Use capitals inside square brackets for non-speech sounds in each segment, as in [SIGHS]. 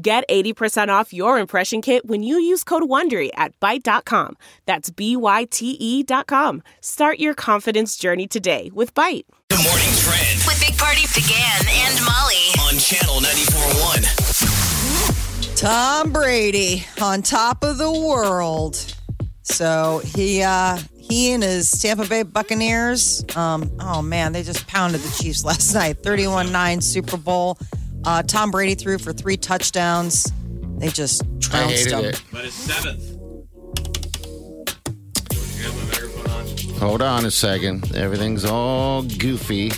Get 80% off your impression kit when you use code WONDERY at Byte.com. That's B-Y-T-E E dot com. Start your confidence journey today with Byte. The morning trend With Big Party began and Molly. on channel 941. Tom Brady on top of the world. So he uh he and his Tampa Bay Buccaneers, um, oh man, they just pounded the Chiefs last night. 31-9 Super Bowl. Uh, Tom Brady threw for three touchdowns. They just I trounced hated them. it. But it's seventh. You have my microphone on. Hold on a second. Everything's all goofy.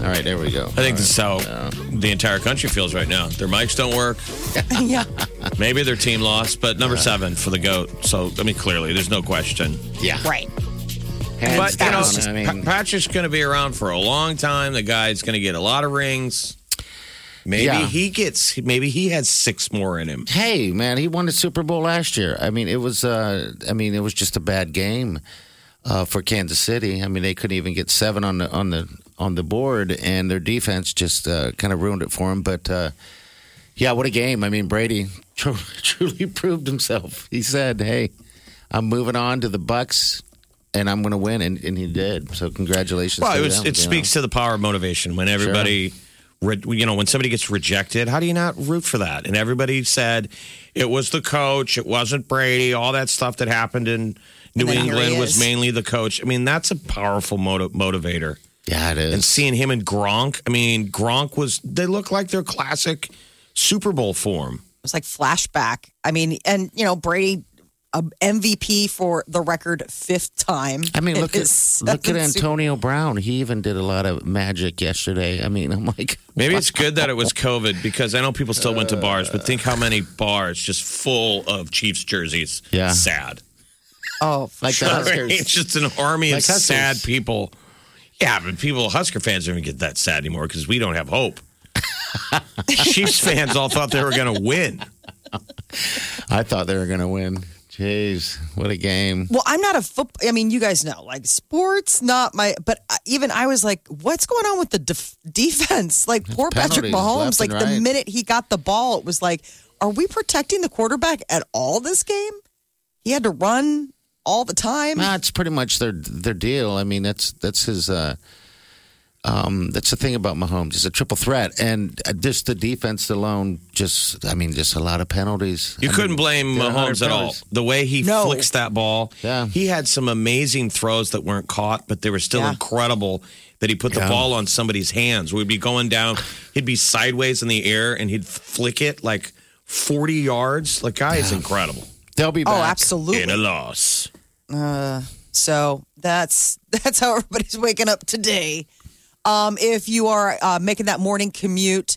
All right, there we go. I think this is how the entire country feels right now. Their mics don't [LAUGHS] work. [LAUGHS] yeah. Maybe their team lost, but number seven for the GOAT. So, I mean, clearly, there's no question. Yeah. Right. Hands But, you know, down, I mean, Pa- Patrick's going to be around for a long time. The guy's going to get a lot of rings. Maybe Yeah. he gets, maybe he has six more in him. hey, man, he won the Super Bowl last year. I mean, it was, uh, I mean, it was just a bad game uh, for Kansas City. I mean, they couldn't even get seven on the on the on the board, and their defense just uh, kind of ruined it for him. But uh, yeah, what a game! I mean, Brady [LAUGHS] tru- truly proved himself. He said, "Hey, I'm moving on to the Bucks." And I'm going to win, and, and he did. So congratulations! Well, to it, was, them, it you know. speaks to the power of motivation when everybody, re, you know, when somebody gets rejected, how do you not root for that? And everybody said it was the coach, it wasn't Brady, all that stuff that happened in New then here England he was is. mainly the coach. I mean, that's a powerful moti- motivator. Yeah, it And is. seeing him and Gronk, I mean, Gronk was, they look like their classic Super Bowl form. It was like flashback. I mean, and you know, Brady uh, MVP for the record fifth time. I mean, in look at his look at seven Super- Antonio Brown. He even did a lot of magic yesterday. I mean, I'm like, Maybe it's good that it was COVID because I know people still went to bars, but think how many bars just full of Chiefs jerseys. Yeah. Sad. Oh, like the It's Huskers. just an army of Like Huskers. sad people. Yeah, but people, Husker fans don't even get that sad anymore because we don't [LAUGHS] have hope. Chiefs fans all thought they were going to win. [LAUGHS] I thought they were going to win. Jeez, what a game! Well, I'm not a football. I mean, you guys know, like sports, not my. But I- even I was like, what's going on with the def- defense? Like poor Patrick penalties left Mahomes. Like and the right. minute he got the ball, it was like, are we protecting the quarterback at all this game? He had to run all the time. That's pretty much their their deal. I mean, that's that's his. Uh, um, that's the thing about Mahomes. He's a triple threat, and uh, just the defense alone. Just, I mean, just a lot of penalties. You I couldn't mean, blame they're Mahomes at all. $100. The way he No. flicks that ball, Yeah. he had some amazing throws that weren't caught, but they were still Yeah. incredible that he put the Yeah. ball on somebody's hands. We'd be going down, he'd be sideways in the air and he'd flick it like 40 yards. Like, guy is incredible. They'll be oh, back. In a absolutely. loss. Uh, So that's [LAUGHS] that's how everybody's waking up today. Um, if you are uh, making that morning commute,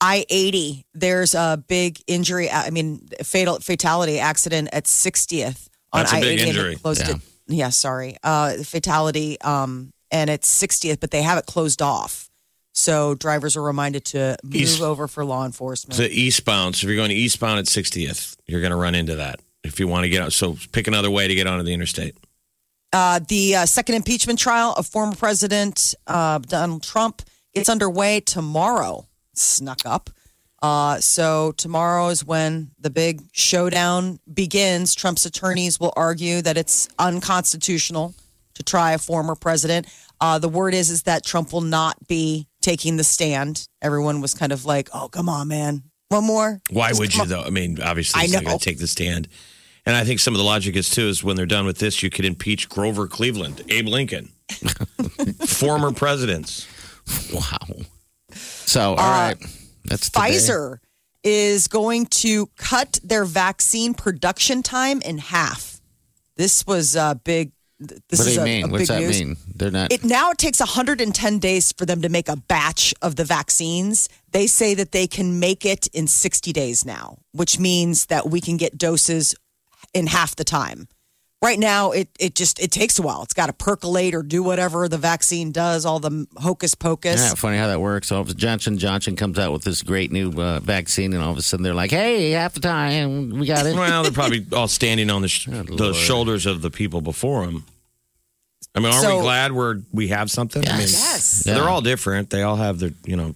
I eighty, there's a big injury. I mean, fatal fatality accident at sixtieth on That's a I big eighty. injury. Closed it. Yeah, sorry. Uh, fatality. Um, and it's sixtieth, but they have it closed off. So drivers are reminded to move He's- over for law enforcement. to eastbound. So if you're going eastbound at 60th, you're going to run into that if you want to get out. So pick another way to get onto the interstate. Uh, the uh, second impeachment trial of former President uh, Donald Trump gets underway tomorrow. Snuck up. Uh, so tomorrow is when the big showdown begins. Trump's attorneys will argue that it's unconstitutional to try a former president. Uh, the word is is that Trump will not be taking the stand. Everyone was kind of like, "Oh, come on, man, one more." Why Just would come you on." though? I mean, obviously, I he's not know. going to take the stand. And I think some of the logic is too is when they're done with this, you could impeach Grover Cleveland, [LAUGHS] Abe Lincoln, former presidents. Uh, Wow. So, all right, that's today. Pfizer is going to cut their vaccine production time in half. This was a big th- this what do is you a, mean? a What's big that news. mean? They're not. It now it takes 110 days for them to make a batch of the vaccines. They say that they can make it in 60 days now, which means that we can get doses in half the time. Right now, it it just it takes a while. It's got to percolate or do whatever the vaccine does, all the hocus pocus. Yeah, funny how that works. All of a- Johnson Johnson comes out with this great new uh, vaccine, and all of a sudden they're like, "Hey, half the time we got it." Well, [LAUGHS] they're probably all standing on the, sh- the Lord. shoulders of the people before them. I mean, are So- we glad we're we have something? I mean, Yes. They're Yeah. all different. They all have their, you know,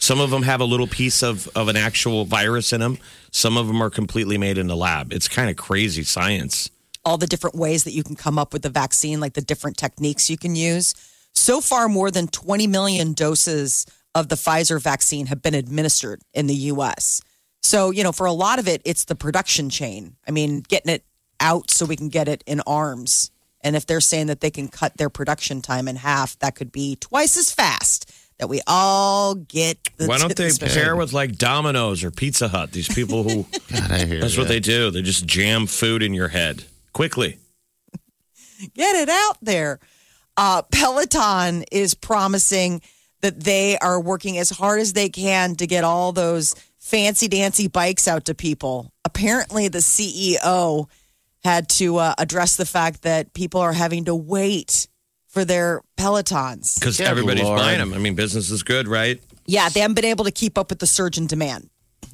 some of them have a little piece of of an actual virus in them. Some of them are completely made in the lab. It's kind of crazy science. all the different ways that you can come up with the vaccine, like the different techniques you can use. So far, more than 20 million doses of the Pfizer vaccine have been administered in the US. So, you know, for a lot of it, it's the production chain. I mean, getting it out so we can get it in arms. And if they're saying that they can cut their production time in half, that could be twice as fast that we all get the Why don't they the- pair with like Domino's or Pizza Hut? These people who [LAUGHS] God, I hear that's what that. they do. They just jam food in your head quickly. get it out there. Uh, Peloton is promising that they are working as hard as they can to get all those fancy dancy bikes out to people. Apparently, the CEO had to uh, address the fact that people are having to wait for their Pelotons. Because Yeah, everybody's Lord. buying them. I mean, business is good, right? Yeah, they haven't been able to keep up with the surge in demand.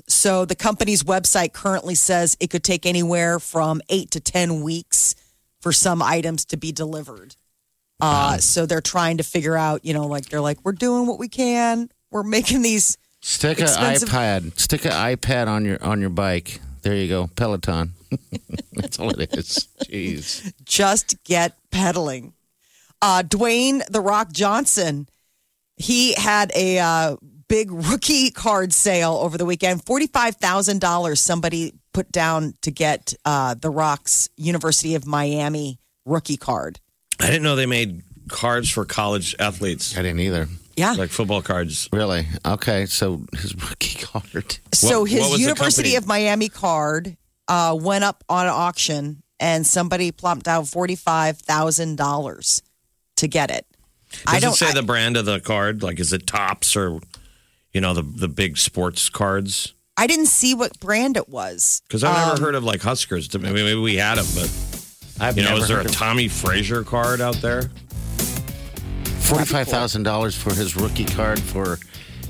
So the company's website currently says it could take anywhere from eight to 10 weeks for some items to be delivered. Uh, so they're trying to figure out, you know, like they're like, we're doing what we can. We're making these. [LAUGHS] Stick an Expensive- iPad. Stick an iPad on your on your bike. There you go, Peloton. [LAUGHS] That's all it is. Jeez. just get pedaling. Uh, Dwayne The Rock Johnson, he had a uh, big rookie card sale over the weekend. $45,000 somebody put down to get uh, The Rock's University of Miami rookie card. I didn't know they made cards for college athletes, I didn't either. Yeah. like football cards. Really? Okay. So his rookie card. so What- his what was the University company? of Miami card uh, went up on auction and somebody plumped down $45,000 to get it. Does I don't it say I- the brand of the card? Like, is it Tops or you know the the big sports cards? I didn't see what brand it was. Because I've never heard of like Huskers. I mean, maybe we had them, but Um, I've you know, never is there a heard of- Tommy Frazier card out there? Forty-five thousand dollars for his rookie card for.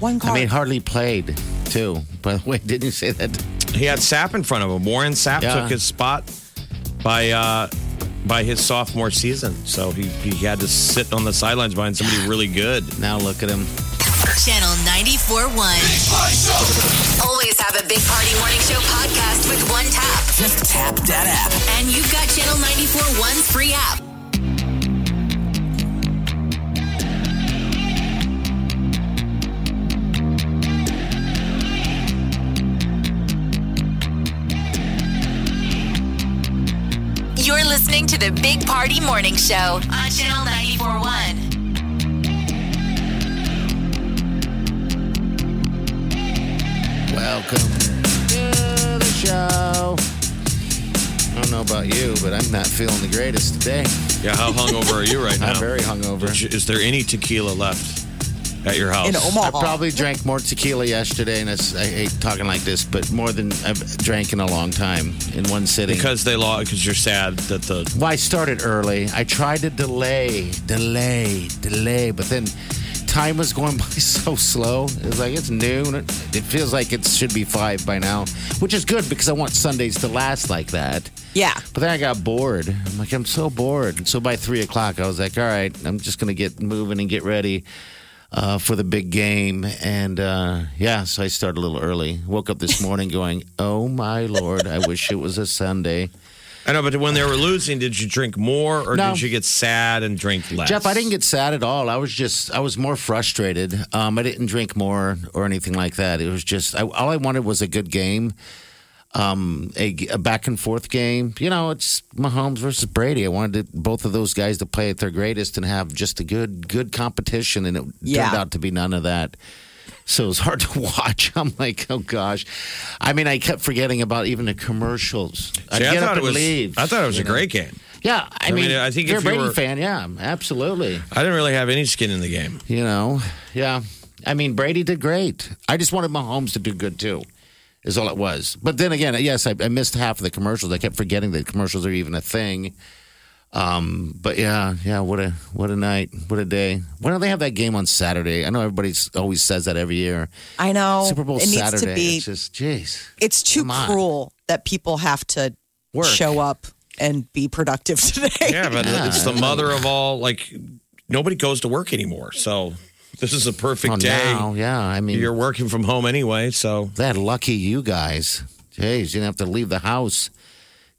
One card. I mean, hardly played too. By the way, didn't you say that? He had Sapp in front of him. Warren Sapp Yeah. took his spot by uh, by his sophomore season, so he he had to sit on the sidelines behind somebody really good. Now look at him. Channel 94.1. Always have a Big Party Morning Show podcast with one tap. Just tap that app. And you've got Channel 94.1's free app. You're listening to the Big Party Morning Show on Channel 94.1. Welcome to the show. I don't know about you, but I'm not feeling the greatest today. Yeah, how hungover are you right [LAUGHS] now? I'm very hungover. Is there any tequila left at your house? in I Omaha. probably drank more tequila yesterday, and that's, I hate talking like this, but more than I've drank in a long time in one sitting. Because they lost. Because you're sad that the well, I started early. I tried to delay, delay, delay, but then time was going [LAUGHS] by so slow. It was like it's noon. It feels like it should be five by now, which is good because I want Sundays to last like that. yeah. But then I got bored. I'm like, I'm so bored. And so by three o'clock, I was like, all right, I'm just going to get moving and get ready uh, for the big game. And uh, yeah, so I started a little early. Woke up this morning going, oh my Lord, I wish it was a Sunday. I know, but when they were losing, did you drink more or No. did you get sad and drink less? Jeff, I didn't get sad at all. I was just, I was more frustrated. Um, I didn't drink more or anything like that. It was just, I, all I wanted was a good game, um, a, a back and forth game. You know, it's Mahomes versus Brady. I wanted to, both of those guys to play at their greatest and have just a good, good competition. And it Yeah. turned out to be none of that. So it was hard [LAUGHS] to watch. I'm like, oh gosh. I mean, I kept forgetting about even the commercials. See, I'd I get up thought it and was. leave. I thought it was you a know? great game. Yeah, I, I mean, mean, I think you're if a you Brady were- fan. Yeah, absolutely. I didn't really have any skin in the game. You know, yeah. I mean, Brady did great. I just wanted Mahomes to do good too, is all it was. But then again, yes, I, I missed half of the commercials. I kept forgetting that commercials are even a thing. Um, but yeah, yeah, what a what a night, what a day. Why don't they have that game on Saturday? I know everybody always says that every year. I know Super Bowl it needs Saturday. to be. It's just, jeez, It's too Come on. cruel that people have to Work. show up and be productive [LAUGHS] today. [LAUGHS] Yeah, but it's Ah. the mother of all. Like nobody goes to work anymore, so this is a perfect Well, day. Oh, now, yeah. I mean, You're working from home anyway, so that lucky you guys. Jeez, you didn't have to leave the house.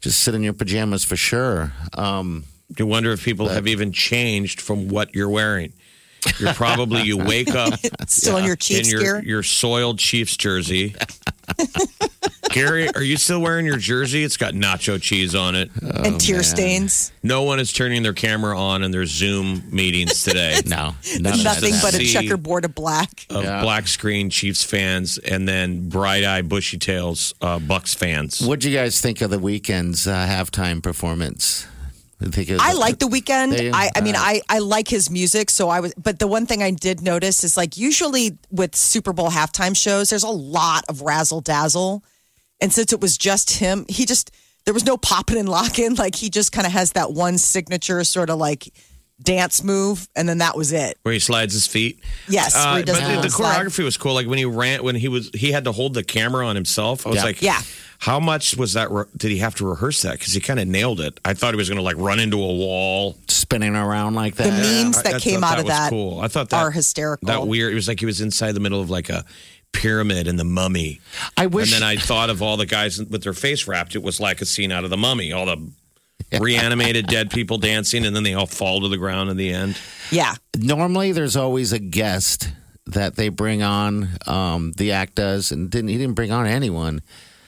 Just sit in your pajamas for sure. Um, you wonder if people have even changed from what you're wearing. You're probably you wake up [LAUGHS] Still in your Chiefs in gear. your your soiled Chiefs jersey. Gary, are you still wearing your jersey? It's got nacho cheese on it. Oh, and tear stains. No one is turning their camera on in their Zoom meetings today. [LAUGHS] no, none of that Nothing but happened. a See- checkerboard of black. Of Yeah. black screen Chiefs fans and then bright eye bushy tails uh, Bucks fans. What'd you guys think of the weekend's uh, halftime performance? I think it was- I like the weekend. They- I, I mean, uh, I, I like his music. So I was, but the one thing I did notice is like usually with Super Bowl halftime shows, there's a lot of razzle dazzle. And since it was just him, he just, there was no popping and locking. [LAUGHS] Like he just kind of has that one signature sort of like dance move. And then that was it. where he slides his feet. Yes, where uh, he does but the the, the little slide. choreography was cool. Like when he ran, when he was, he had to hold the camera on himself. I was Yeah. like, Yeah. How much was that? Re- did he have to rehearse that? Because he kind of nailed it. I thought he was going to like run into a wall. spinning around like that. The memes that I- I came thought out of was that cool. I thought that are hysterical. That weird. It was like he was inside the middle of like a pyramid in the Mummy. I wish. And then I thought of all the guys with their face wrapped. It was like a scene out of the Mummy. All the reanimated dead people dancing, and then they all fall to the ground in the end. Yeah. normally there's always a guest that they bring on. Um, the act does, and didn't he didn't bring on anyone?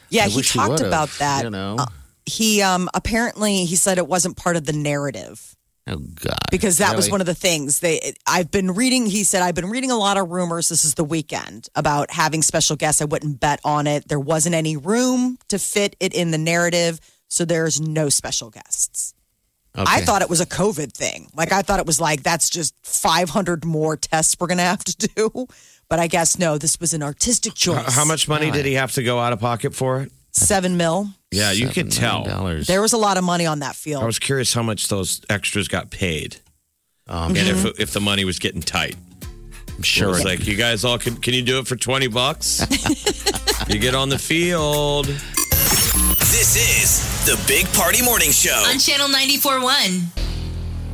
Yeah. I he wish he talked would've, about that. you know. Uh, he, um, apparently he said it wasn't part of the narrative. Oh God! because that was one of the things they I've been reading he said I've been reading a lot of rumors this is the weekend about having special guests I wouldn't bet on it there wasn't any room to fit it in the narrative so there's no special guests I thought it was a covid thing like I thought it was like that's just 500 more tests we're going to have to do but I guess no this was an artistic choice How much money did he have to go out of pocket for it? 7 mil Yeah, you could tell. Dollars. there was a lot of money on that field I was curious how much those extras got paid, and if if the money was getting tight. Oh, I'm It sure. was it- like, you guys all can can you do it for twenty [LAUGHS] bucks? you get on the field. This is the Big Party Morning Show. On Channel 94.1.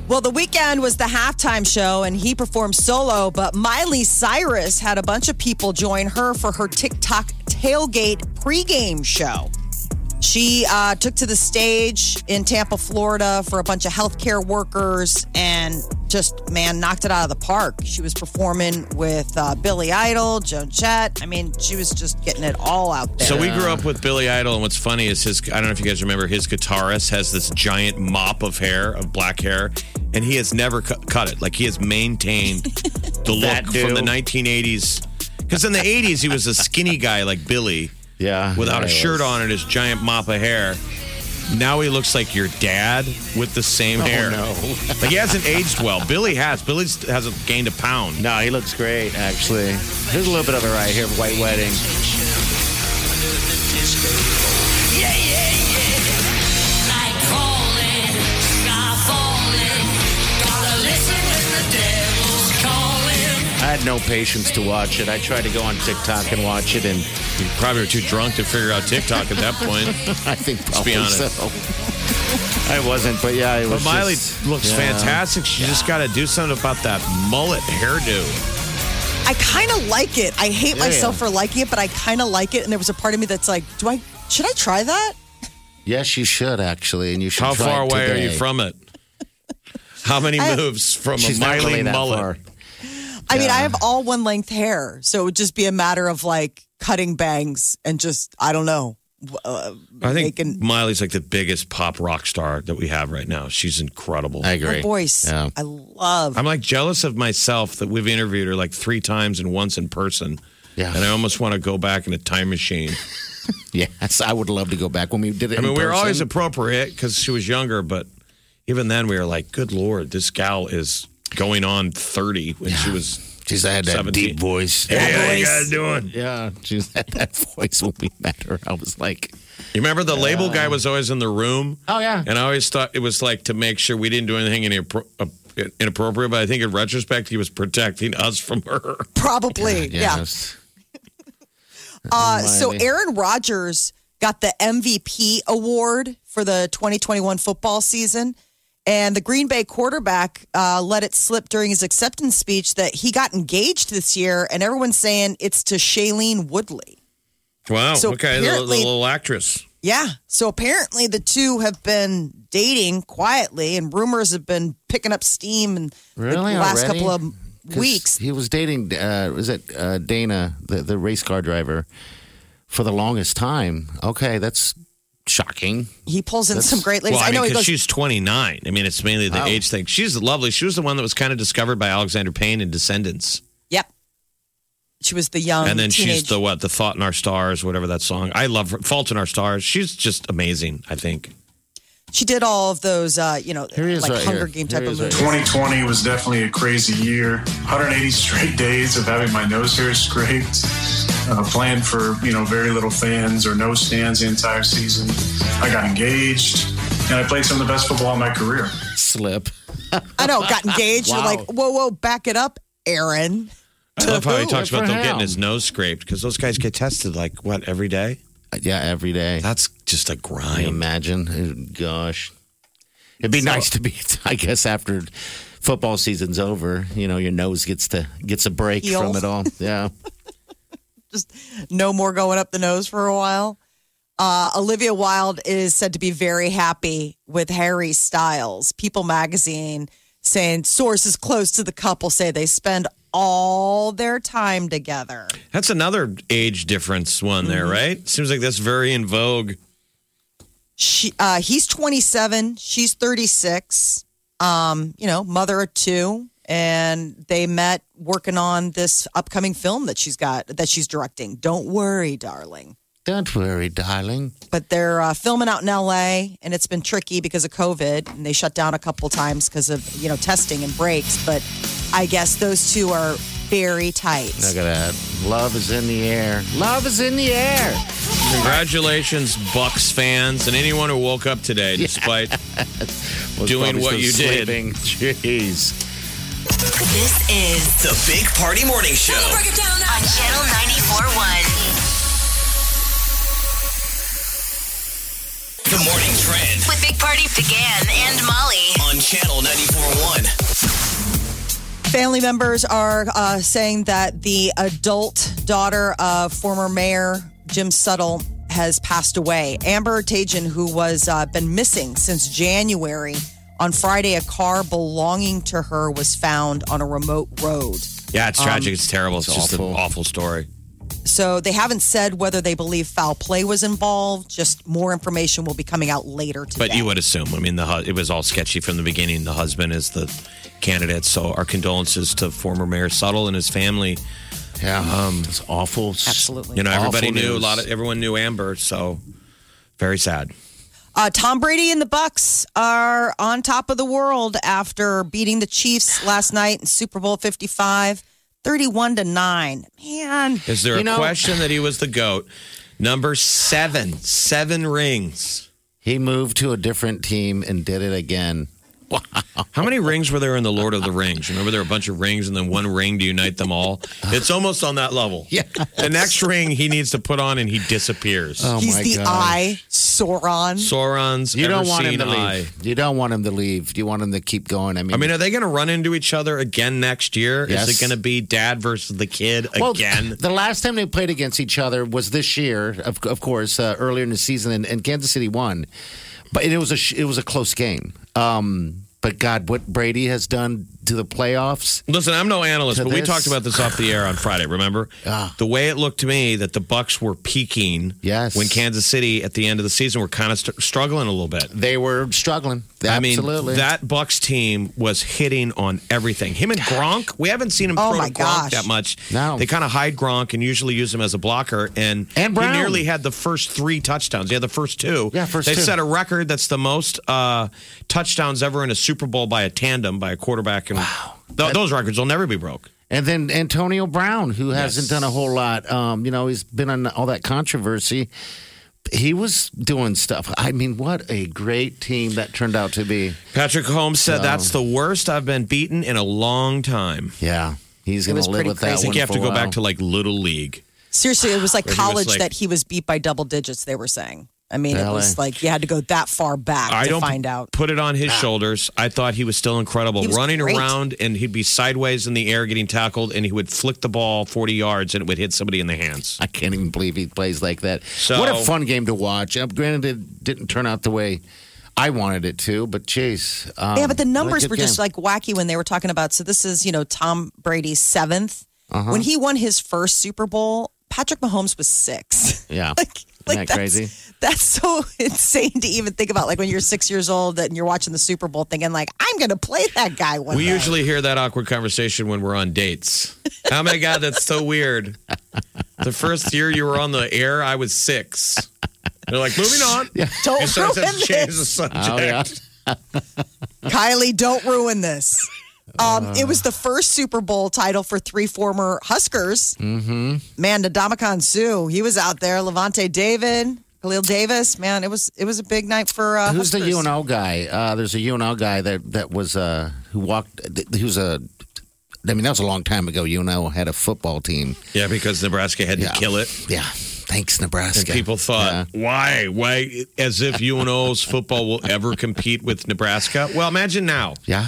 Well, the weekend was the halftime show, and he performed solo. But Miley Cyrus had a bunch of people join her for her TikTok tailgate pregame show. She uh, took to the stage in Tampa, Florida, for a bunch of healthcare workers, and just man knocked it out of the park. She was performing with uh, Billy Idol, Joan Jett. I mean, she was just getting it all out there. So we grew up with Billy Idol, and what's funny is his I don't know if you guys remember his guitarist has this giant mop of hair of black hair, and he has never cu- cut it. Like he [LAUGHS] has maintained the That look from the dude. 1980s. Because in the 80s he was a skinny guy like Billy. yeah, without yeah, a it shirt was. on and his giant mop of hair. Now he looks like your dad with the same hair. Oh, no. [LAUGHS] like he hasn't aged well. Billy has. Billy hasn't gained a pound. No, he looks great actually. There's a little bit of it right here. White wedding. I had no patience to watch it. I tried to go on TikTok and watch it, and You probably were too drunk to figure out TikTok at that point. [LAUGHS] I think be probably honest. so. I wasn't, but yeah, it was. But Miley just- looks yeah. fantastic. She just got to do something about that mullet hairdo. I kind of like it. I hate Yeah, myself yeah. for liking it, but I kind of like it. And there was a part of me that's like, do I should I try that? Yes, you should actually, and you should. How try far it away are you today. from it? How many I- moves from She's a not Miley really that mullet? far. I mean, Yeah. I have all one length hair, so it would just be a matter of like cutting bangs and just I don't know. Uh, I think making- Miley's like the biggest pop rock star that we have right now. She's incredible. I agree. her voice. Yeah. I love. I'm like jealous of myself that we've interviewed her like three times and once in person. Yeah. And I almost want to go back in a time machine. [LAUGHS] Yes, I would love to go back when we did it. I mean, in we were always person. appropriate because she was younger, but even then we were like, good lord, this gal is going on 30 when she was. She's had that 17. deep voice. Hey, how you voice. guys doing? Yeah, [LAUGHS] she had that voice when we met her. I was like, You remember the label guy was always in the room? Oh, yeah. And I always thought it was like to make sure we didn't do anything inappro- uh, inappropriate, but I think in retrospect, he was protecting us from her. Probably. yeah. yes. Uh, so Almighty. Aaron Rodgers got the MVP award for the 2021 football season, and the Green Bay quarterback uh, let it slip during his acceptance speech that he got engaged this year, and everyone's saying it's to Shailene Woodley. Wow. So okay. The, the apparently- little actress. Yeah. So apparently the two have been dating quietly, and rumors have been picking up steam in Really? the last Already? couple of 'Cause weeks. He was dating, uh, was it uh, Dana, the, the race car driver, for the longest time. Okay, that's shocking. He pulls in some great ladies. Well, I, know he mean, because goes. she's 29. I mean, it's mainly the age thing. She's lovely. She was the one that was kind of discovered by Alexander Payne in Descendants. Yep. She was the young. and then she's Oh, teenage- the what? The Thought in Our Stars, whatever that song. I love her. Fault in Our Stars. She's just amazing, I think. She did all of those, uh, you know, Here he is like right Hunger here. Game Here he type of is right movies. 2020 was definitely a crazy year. 180 straight [LAUGHS] days of having my nose hair scraped, uh, playing for you know very little fans or no stands the entire season. I got engaged, and I played some of the best football in my career. Slip. I know, got engaged. You're Wow. like, whoa, whoa, back it up, Aaron. I love how he who? talks Good about for them him. getting his nose scraped because those guys get tested like what every day. Yeah, every day. That's just a I grind. imagine. Oh, Gosh. It'd be nice to be, [LAUGHS] I guess, after football season's over, you know, your nose gets to gets a break Heal. from it all. Yeah. [LAUGHS] No more going up the nose for a while. Uh, Olivia Wilde is said to be very happy with Harry Styles. People magazine saying sources close to the couple say they spend all their time together. That's another age difference one there, Mm-hmm. right? Seems like that's very in vogue. She, uh, he's 27, she's 36. Um, you know, mother of two, and they met working on this upcoming film that she's got that she's directing. Don't worry, darling. Don't worry, darling. But they're uh, filming out in LA, and it's been tricky because of COVID, and they shut down a couple times because of you know testing and breaks. But I guess those two are very tight. Look at that. Love is in the air. Love is in the air. Congratulations, Bucks fans, and anyone who woke [LAUGHS] up today despite Was Doing probably what still you did. sleeping. Jeez. This is The Big Party Morning Show. on Channel 94.1 The Morning Trend with Big Party began and Molly. on Channel 94.1. Family members are uh, saying that the adult daughter of former mayor Jim Suttle has passed away. Amber Tajan, who was uh, been missing since January, on Friday a car belonging to her was found on a remote road. Yeah, it's tragic. it's terrible. It's, just Um, awful. an awful story. So they haven't said whether they believe foul play was involved. Just more information will be coming out later today. But you would assume. I mean, the hu- it was all sketchy from the beginning. The husband is the candidate, so our condolences to former Mayor Suttle and his family. Um, Yeah, it's awful. Absolutely. You know, everybody Awful knew a news. lot of everyone knew Amber, so very sad. Uh, Tom Brady and the Bucks are on top of the world after beating the Chiefs last night in Super Bowl 55, 31 to 9. Man, Is there You a know- question that he was the goat? Number seven, seven rings. He moved to a different team and did it again. How many rings were there in the Lord of the Rings? Remember, there were a bunch of rings, and then one ring to unite them all. It's almost on that level. Yeah. The next ring he needs to put on, and he disappears. Oh he's my the gosh. eye Sauron. Sauron's. You don't want him ever-seen to leave. eye. You don't want him to leave. You want him to keep going. I mean, I mean, are they going to run into each other again next year? Yes. Is it going to be dad versus the kid well, again? [LAUGHS] the last time they played against each other was this year, of, of course, uh, earlier in the season, and, and Kansas City won. But it was a sh- it was a close game. Um, but God, what Brady has done to the playoffs. Listen, I'm no analyst, To but we this. talked about this off the [SIGHS] air on Friday. Remember, Ah. the way it looked to me that the Bucks were peaking. Yes. when Kansas City at the end of the season were kind of st- struggling a little bit. They were struggling. Absolutely. I mean, that Bucks team was hitting on everything. Him and Gronk, we haven't seen him Oh, throw my to Gronk gosh. that much. No. They kind of hide Gronk and usually use him as a blocker. And, And Brown. he nearly had the first three touchdowns. He had the first two. Yeah, first They two. set a record that's the most uh, touchdowns ever in a Super Bowl by a tandem, by a quarterback. And Th- those records will never be broke. And then Antonio Brown, who hasn't done a whole lot. Um, you know, he's been on all that controversy. He was doing stuff. I mean, what a great team that turned out to be. Patrick Holmes said, That's the worst I've been beaten in a long time. Yeah. He's going was to live pretty with I that crazy. one. think you have for to a go while. back to like Little League. Seriously, it was like Where he was college like- that he was beat by double digits, they were saying. I mean, it Really? was like you had to go that far back I to don't find out. Put it on his Ah. shoulders. I thought he was still incredible, He was running great. around and he'd be sideways in the air getting tackled, and he would flick the ball forty yards and it would hit somebody in the hands. I can't even believe he plays like that. So- what a fun game to watch. Uh, granted, it didn't turn out the way I wanted it to, but jeez. Um, yeah, but the what a numbers good were just game. like wacky when they were talking about. So this is, you know, Tom Brady's 7th Uh-huh. When he won his first Super Bowl, Patrick Mahomes was six. [LAUGHS] Yeah. like, like Isn't that that's, crazy? That's so [LAUGHS] insane to even think about. Like when you're six years old and you're watching the Super Bowl, thinking like, I'm going to play that guy one We day. usually hear that awkward conversation when we're on dates. Oh my god, that's so weird. The first year you were on the air, I was six. They're like, moving on. Yeah. don't You ruin sometimes change the this. subject. Oh, yeah. [LAUGHS] Kylie, don't [LAUGHS] ruin this. Um, Uh. it was the first Super Bowl title for three former Huskers. Mm-hmm. Man, Ndamukong Sue, he was out there. Levante David, Khalil Davis. Man, it was it was a big night for uh, Who's the Huskers. UNL guy? Uh, there's a UNL guy that that was uh, who walked. He was a. I mean, that was a long time ago. UNL had a football team. Yeah, because Nebraska had Yeah. to kill it. Yeah, thanks And Nebraska. people thought, why? Why? As if UNO's football will ever compete with Nebraska. Well, imagine now. Yeah.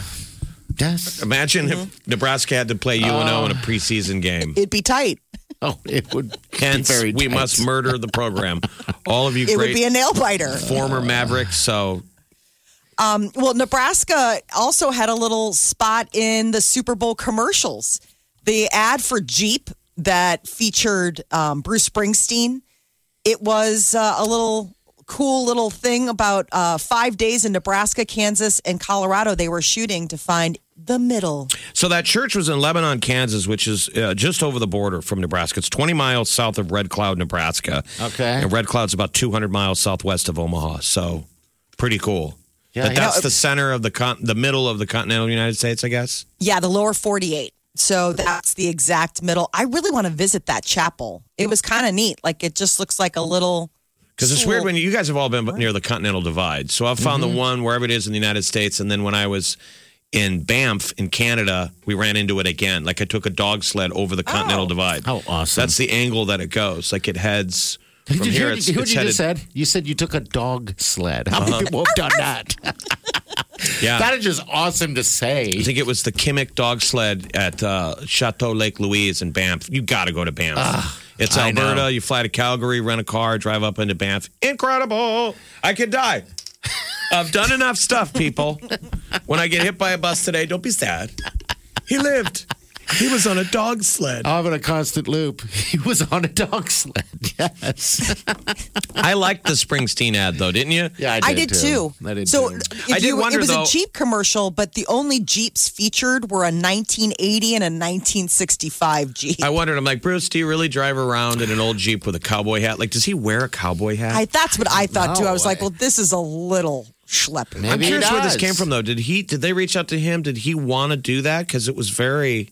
Yes. Imagine if Nebraska had to play UNO in a preseason game. Mm-hmm. Uh, It'd be [LAUGHS] tight. Oh, it would. Hence, be very we tight. must murder the program. All of you [LAUGHS] It would great be a nail biter. former Mavericks. So Um, Well, Nebraska also had a little spot in the Super Bowl commercials. The ad for Jeep that featured um, Bruce Springsteen. It was uh, a little cool little thing about uh, five days in Nebraska, Kansas, and Colorado. They were shooting to find the middle. So that church was in Lebanon, Kansas, which is uh, just over the border from Nebraska. It's 20 miles south of Red Cloud, Nebraska. Okay. And Red Cloud's about 200 miles southwest of Omaha. So pretty cool. Yeah, That yeah. that's the center of the con- the middle of the continental United States, I guess. Yeah, the lower 48. So that's the exact middle. I really want to visit that chapel. It was kind of neat. Like it just looks like a little. Because it's Cool. weird when you guys have all been near the Continental Divide. So I've found Mm-hmm. the one wherever it is in the United States. And then when I was in Banff in Canada, we ran into it again. Like I took a dog sled over the Continental Divide. Oh, awesome. That's the angle that it goes. Like it heads from Did you here. hear it's, what you it's just headed. Uh-huh. said? You said you took a dog sled. How many people have done that? Yeah. That is just awesome to say. I think it was the Kimmick dog sled at uh, Chateau Lake Louise in Banff. You got to go to Banff. it's I know. Alberta. You fly to Calgary, rent a car, drive up into Banff. Incredible. I could die. I've done enough stuff, people. When I get hit by a bus today, don't be sad. [LAUGHS] He lived. He was on a dog sled. I'm in a constant loop. [LAUGHS] He was on a dog sled. [LAUGHS] Yes. I liked the Springsteen ad, though, didn't you? Yeah, I did too. I did so too. if I did you, wonder, it was though- a Jeep commercial, but the only Jeeps featured were a 1980 and a 1965 Jeep. I I, wondered, I'm like, Bruce, do you really drive around in an old Jeep with a cowboy hat? Like, does he wear a cowboy hat? that's what I thought too. I was No like, well, this is a little schleppy. Maybe I'm he curious where this does. came from, though. Did he? Did they reach out to him? Did he want to do that? Because it was very.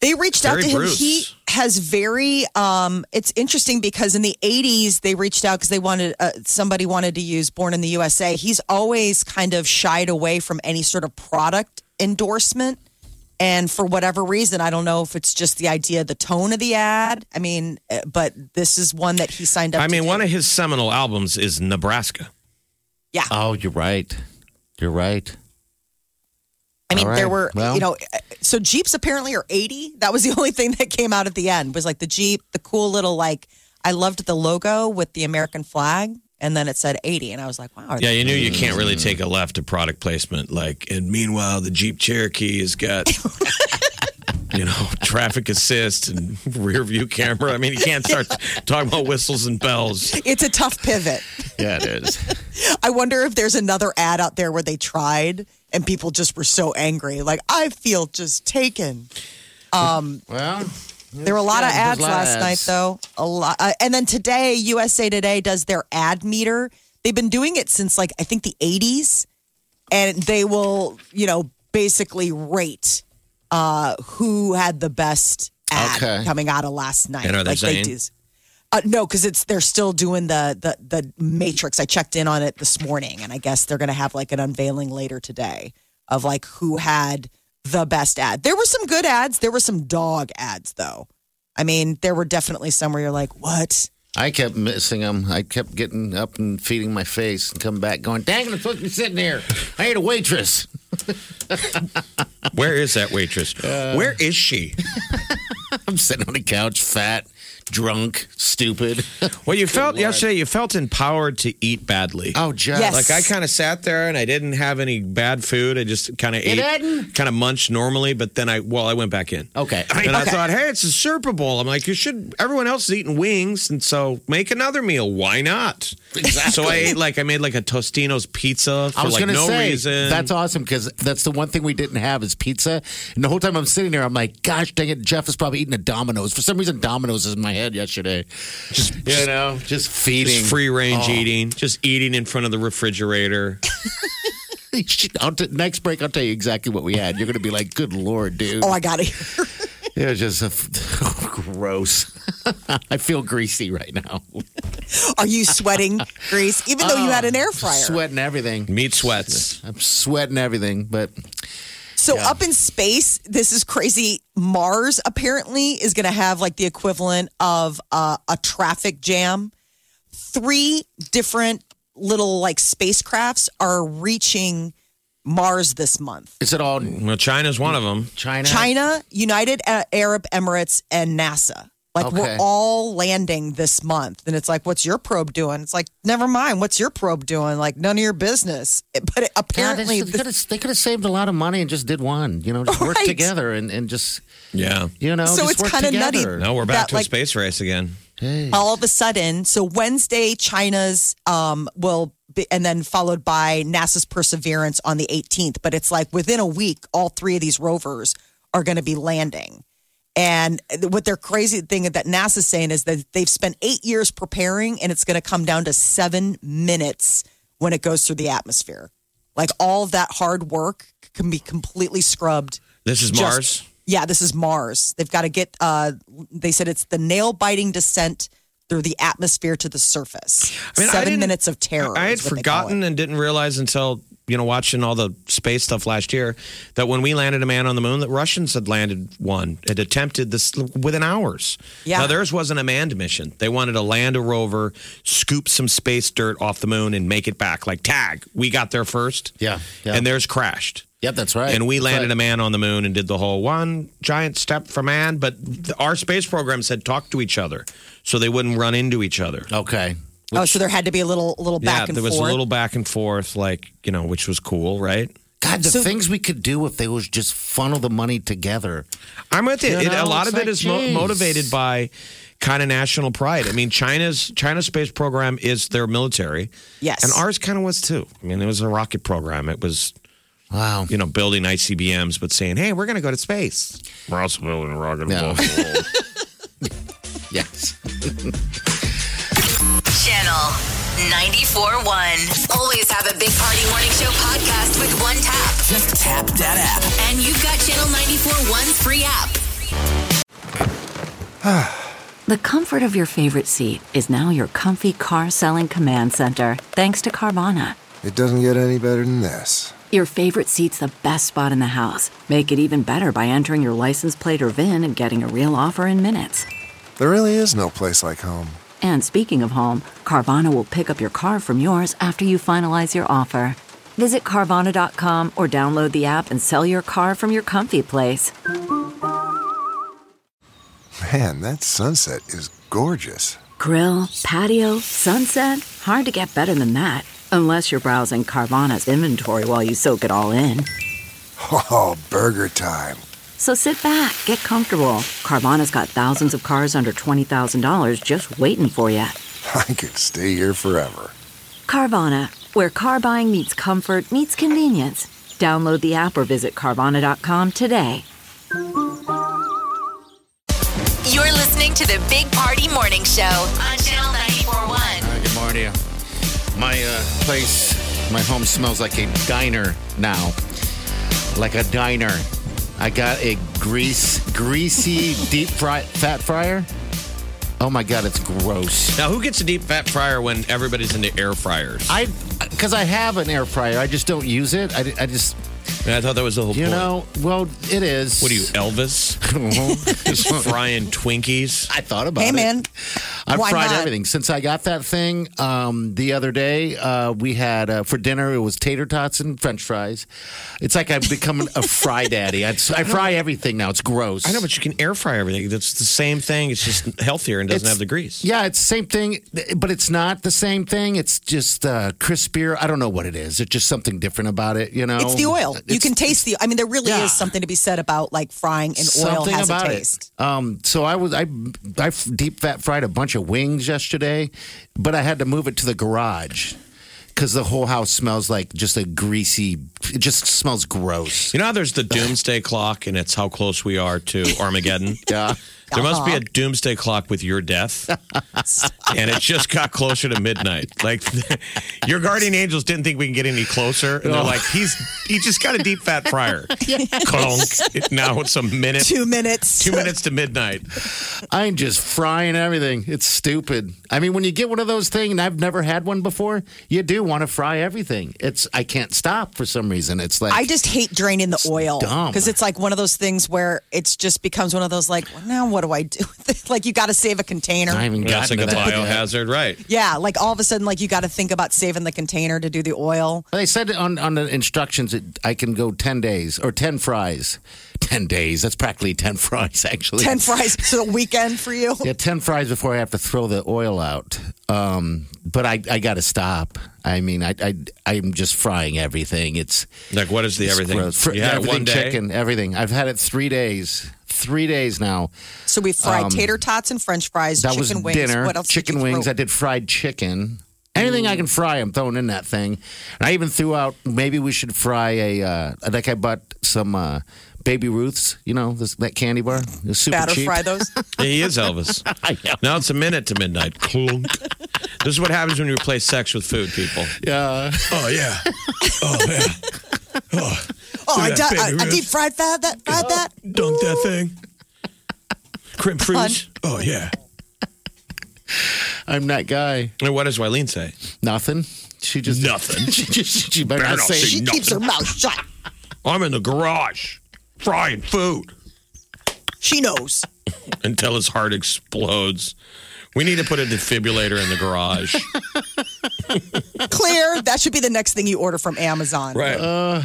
They reached out Very to him. Bruce. He has very. Um, it's interesting because in the '80s they reached out because they wanted uh, somebody wanted to use "Born in the USA." He's always kind of shied away from any sort of product endorsement, and for whatever reason, I don't know if it's just the idea, the tone of the ad. I mean, uh, but this is one that he signed up. I to mean, do. one of his seminal albums is Nebraska. yeah. Oh, you're right. You're right. I mean, all there were right. Well- you know, uh, so Jeeps apparently are eighty. That was the [LAUGHS] only thing that came out at the end was like the Jeep, the cool little like. I loved the logo with the American flag. and then it said 80. And I was like, wow. Yeah, you knew you can't really Mm. take a left to product placement. Like, and meanwhile, the Jeep Cherokee has got, [LAUGHS] you know, traffic assist and rear view camera. I mean, you [LAUGHS] can't start talking about whistles and bells. It's a tough pivot. Yeah, it is. I wonder if there's another ad out there where they tried and people just were so angry. Like, I feel just taken. Um, Well, There were a lot of Yeah, ads there's a lot of last ads. night, though. So, a lot. Uh, and then today, USA Today does their ad meter. They've been doing it since like, I think the 80s. And they will, you know, basically rate uh, who had the best ad Okay. coming out of last night. And are they they saying? do s- Uh, no, because it's they're still doing the, the the matrix. I checked in on it this morning, and I guess they're going to have like an unveiling later today of like who had the best ad. There were some good ads. There were some dog ads though. I mean, there were definitely some where you're like, what? I kept missing them. I kept getting up and feeding my face and come back going, dang it, I'm supposed to be sitting here. I ain't a waitress. Where is that waitress? Where is she? Uh, [LAUGHS] I'm sitting on the couch, fat, drunk, stupid. Well, you felt yesterday, you felt empowered to eat badly. Oh, Jeff. Yes. Like I kind of sat there and I didn't have any bad food. I just kind of ate, didn't? kind of munched normally. But then I, well, I went back in. Okay. And [LAUGHS] I thought, hey, it's a Super Bowl. I'm like, you [LAUGHS] should. Everyone else is eating wings, and so make another meal. Why not? Exactly. So I ate like I made like a Tostino's pizza for I was like gonna no say reason. that's awesome because that's the one thing we didn't have is pizza. And the whole time I'm sitting there, I'm like, "Gosh dang it, Jeff is probably eating a Domino's." For some reason, Domino's is in my head yesterday. Just you know, just feeding, Oh. just free range eating, just eating in front of the refrigerator. [LAUGHS] I'll t- next break, I'll tell you exactly what we had. You're gonna be like, "Good lord, dude!" Oh, I got to It was just a [LAUGHS] f- gross. [LAUGHS] I feel greasy right now. Are you sweating, Grace? Even though you had an air fryer. Oh, Sweating everything. Meat sweats. I'm sweating everything, but So up in space, this is crazy. Mars apparently is going to have like the equivalent of uh, a traffic jam. Three different little like spacecrafts are reaching Mars this month. is it all Well, China's one of them. China? China, United A- Arab Emirates, and NASA. Like we're Okay. all landing this month, and it's like, what's your probe doing? It's like, never mind. What's your probe doing? Like none of your business. But it, Yeah, they apparently, should- could have- they could have saved a lot of money and just did one. You know, just work Right. together and, and just Yeah. you know. So just it's work kinda nutty. together. No, we're back That, to a like- space race again. all of a sudden so wednesday china's um will be, and then followed by nasa's perseverance on the 18th but it's like within a week all three of these rovers are going to be landing and what their crazy thing that nasa's saying is that they've spent eight years preparing and it's going to come down to seven minutes when it goes through the atmosphere like all of that hard work can be completely scrubbed This is Mars. just- yeah, this is Mars. They've got to get. Uh, they said it's the nail-biting descent through the atmosphere to the surface. I mean, I Seven didn't- minutes of terror. I had is what they call forgotten it. and didn't realize until you know watching all the space stuff last year that when we landed a man on the moon, that Russians had landed one, had attempted this within hours. Yeah. Now theirs wasn't a manned mission; they wanted to land a rover, scoop some space dirt off the moon, and make it back. Like tag, we got there first. Yeah, yeah. and theirs crashed. Yep, that's right. And we That's landed a right. man on the moon and did the whole one giant step for man. But th- our space programs had talked to each other so they wouldn't run into each other Okay. oh, so there had to be a little, little back and there was forth. a little back and forth, like you know, which was cool, right? God, the So- things we could do if they was just funnel the money together. I'm with you. You It- a know, lot it's of it like, is mo- geez. motivated by kind of national pride. I mean, China's China's space program is their military, yes, and ours kind of was too. I mean, it was a rocket program. It was Wow. you know building ICBMs, but saying, "Hey, we're going to go to space." We're also building a rocket No. above the world. [LAUGHS] Yes. Channel 94.1. Always have a Big Party Morning Show podcast with one tap. Just tap that app. And you've got Channel 94.1's free app. [SIGHS] The comfort of your favorite seat is now your comfy car selling command center, thanks to Carvana. It doesn't get any better than this. Your favorite seat's the best spot in the house. Make it even better by entering your license plate or VIN and getting a real offer in minutes. There really is no place like home. And speaking of home, Carvana will pick up your car from yours after you finalize your offer. Visit Carvana.com or download the app and sell your car from your comfy place. Man, that sunset is gorgeous. [LAUGHS] Grill, patio, sunset. Hard to get better than that. Unless you're browsing Carvana's inventory while you soak it all in. Oh, burger time. So sit back, get comfortable. Carvana's got thousands of cars under $20,000 just waiting for you. I could stay here forever. Carvana, where car buying meets comfort, meets convenience. Download the app or visit Carvana.com today. You're listening to the Big Party Morning Show on Channel 941. Good morning. My uh, place, my home smells like a diner now. Like a diner. I got a grease, greasy deep fry, fat fryer. Oh my God, it's gross. Now, who gets a deep fat fryer when everybody's into air fryers? I, because I have an air fryer, I just don't use it. I, I just, And I thought that was the whole you point. know, well, it is. What are you, [LAUGHS] Elvis? Just frying Twinkies? I thought about Hey, it. man. I've Why tried not? everything since I got that thing um, the other day. Uh, we had uh, for dinner it was tater tots and French fries. It's like I've become a fry daddy. I, I fry everything now. It's gross. I know, but you can air fry everything. That's the same thing. It's just healthier and doesn't have the grease. yeah, it's the same thing, but it's not the same thing. It's just uh, crispier. I don't know what it is. It's just something different about it. You know, It's the oil. you It's- can taste the. I mean, there really Yeah. is something to be said about like frying in oil something has about a taste. it. Um, so I was I I f- deep fat fried a bunch of wings yesterday, but I had to move it to the garage because the whole house smells like just a greasy. It just smells gross. You know how there's the doomsday clock and it's how close we are [LAUGHS] to Armageddon? Yeah. There must be a doomsday clock with your death. [LAUGHS] and it just got closer to midnight. Like [LAUGHS] your guardian angels didn't think we can get any closer. And Oh. they're like, he's he just got a deep [LAUGHS] fat fryer. Clonk. Now it's a [LAUGHS] minute. Two minutes. Two minutes to midnight. I'm just frying everything. It's stupid. I mean, when you get one of those things, and I've never had one before, you do want to fry everything. It's I can't stop for some reason. It's like I just hate draining the oil dumb. because it's like one of those things where it's just becomes one of those like, well, now what do I do? With it? [LAUGHS] Like you got to save a [LAUGHS] container. I haven't That's gotten like a to that. biohazard, right? yeah, like all of a sudden, like you got to think about saving the container to do the oil. They said on, on the instructions that I can go 10 days or 10 fries. 10 days. That's practically 10 [LAUGHS] fries, actually. Ten fries to the weekend for you. [LAUGHS] Yeah, 10 fries before I have to throw the oil out. Um, but I, I got to stop. I mean, I, I, I'm just frying everything. It's, Like what is the it's everything? gross. Fr- You had it everything one day. chicken, everything. I've had it three days. Three days now. So we fried tater tots and French fries, Um, That chicken was wings. dinner. What else? did chicken you wings. throw? I did fried chicken. Anything I can fry, I'm throwing in that thing. And I even threw out. Maybe we should fry a uh, like I bought some uh, Baby Ruths. You know this, that candy bar. It's super batter cheap. fry those. Yeah, [LAUGHS] he [LAUGHS] is Elvis. Now it's a minute to midnight. Clunk. This is what happens when you replace sex with food, people. [LAUGHS] Yeah. Oh yeah. Oh yeah. Oh, I, that di- baby I, I Ruth. deep fried that. That fried that. Dunk that thing. Crim fruz. Oh yeah. I'm that guy. And what does Wileen say? Nothing. She just Nothing. [LAUGHS] she just she better Better not not say. say She keeps her mouth shut. I'm in the garage frying food She knows. [LAUGHS] until his heart explodes. We need to put a defibrillator in the garage. [LAUGHS] Clear. That should be the next thing you order from Amazon. Right.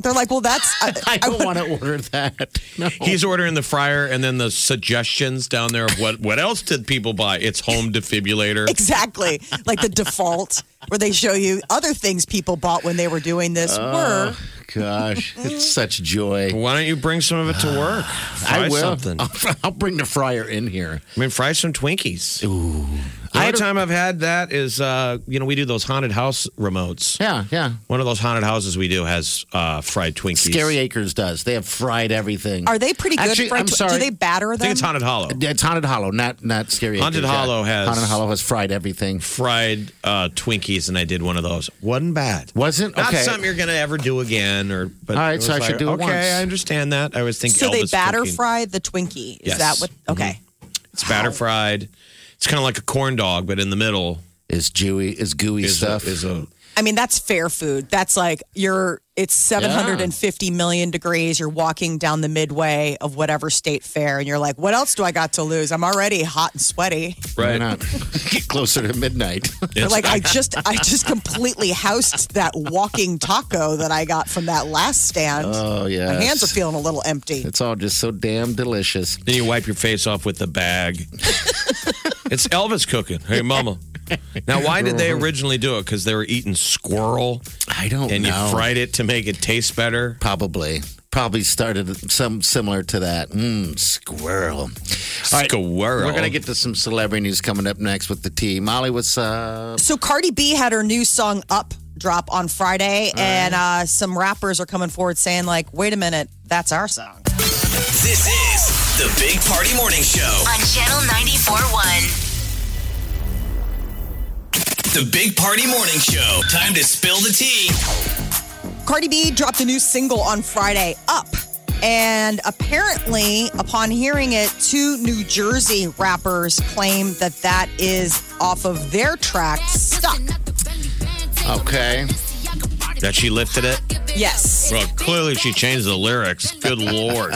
They're like, well, that's. Uh, uh, [LAUGHS] I don't want to order that. No. He's ordering the fryer and then the suggestions down there of what what else did people buy? It's home defibrillator. [LAUGHS] Exactly. Like the default where they show you other things people bought when they were doing this Uh, were. Oh, Gosh, it's such joy. Why don't you bring some of it to [SIGHS] work? Fry I will. something. I'll, I'll bring the fryer in here. I mean, fry some Twinkies. Ooh. The only I'd- time I've had that is, uh, you know, we do those haunted house remotes. Yeah, yeah. One of those haunted houses we do has uh, fried Twinkies. Scary Acres does. They have fried everything. Are they pretty good? Actually, fried I'm tw- sorry. Do they batter I think them? it's Haunted Hollow. Yeah, It's Haunted Hollow, not not Scary. Haunted Acres, yeah. Hollow has- Haunted Hollow has fried everything. Fried uh, Twinkies, and I did one of those. Wasn't bad. Wasn't Not okay. something you're going to ever do again. Or but All right, it was so I should do it Okay, once. I understand that. I was thinking. so they Elvis batter cooking. fry the Twinkie. Is Yes. Mm-hmm. that what? Okay. It's batter fried. It's kind of like a corn dog, but in the middle is gooey is gooey is stuff. a, is a I mean, that's fair food. That's like you're, it's seven hundred and fifty million degrees. You're walking down the midway of whatever state fair, and you're like, what else do I got to lose? I'm already hot and sweaty. Why [LAUGHS] right. not? Get closer to midnight. You're like, I just, I just completely housed that walking taco that I got from that last stand. [LAUGHS] oh yeah. My hands are feeling a little empty. It's all just so damn delicious. Then you wipe your face off with the bag. It's Elvis cooking. [LAUGHS] Hey, mama. Now, why did they originally do it? Because they were eating squirrel I don't and know. you fried it to make it taste better. Probably. Probably started some similar to that. Mmm, squirrel. All right, Squirrel. We're going to get to some celebrity news coming up next with the tea. Molly, what's up? So Cardi B had her new song Up drop on Friday, and uh, some rappers are coming forward saying like, "Wait a minute, that's our song." This is the Big Party Morning Show. On Channel 94.1. The Big Party Morning Show. Time to spill the tea. Cardi B dropped a new single on Friday, Up. And apparently, upon hearing it, two New Jersey rappers claim that that is off of their track, Stuck. Okay. That she lifted it? Yes. Well, clearly she changed the lyrics. Good Lord.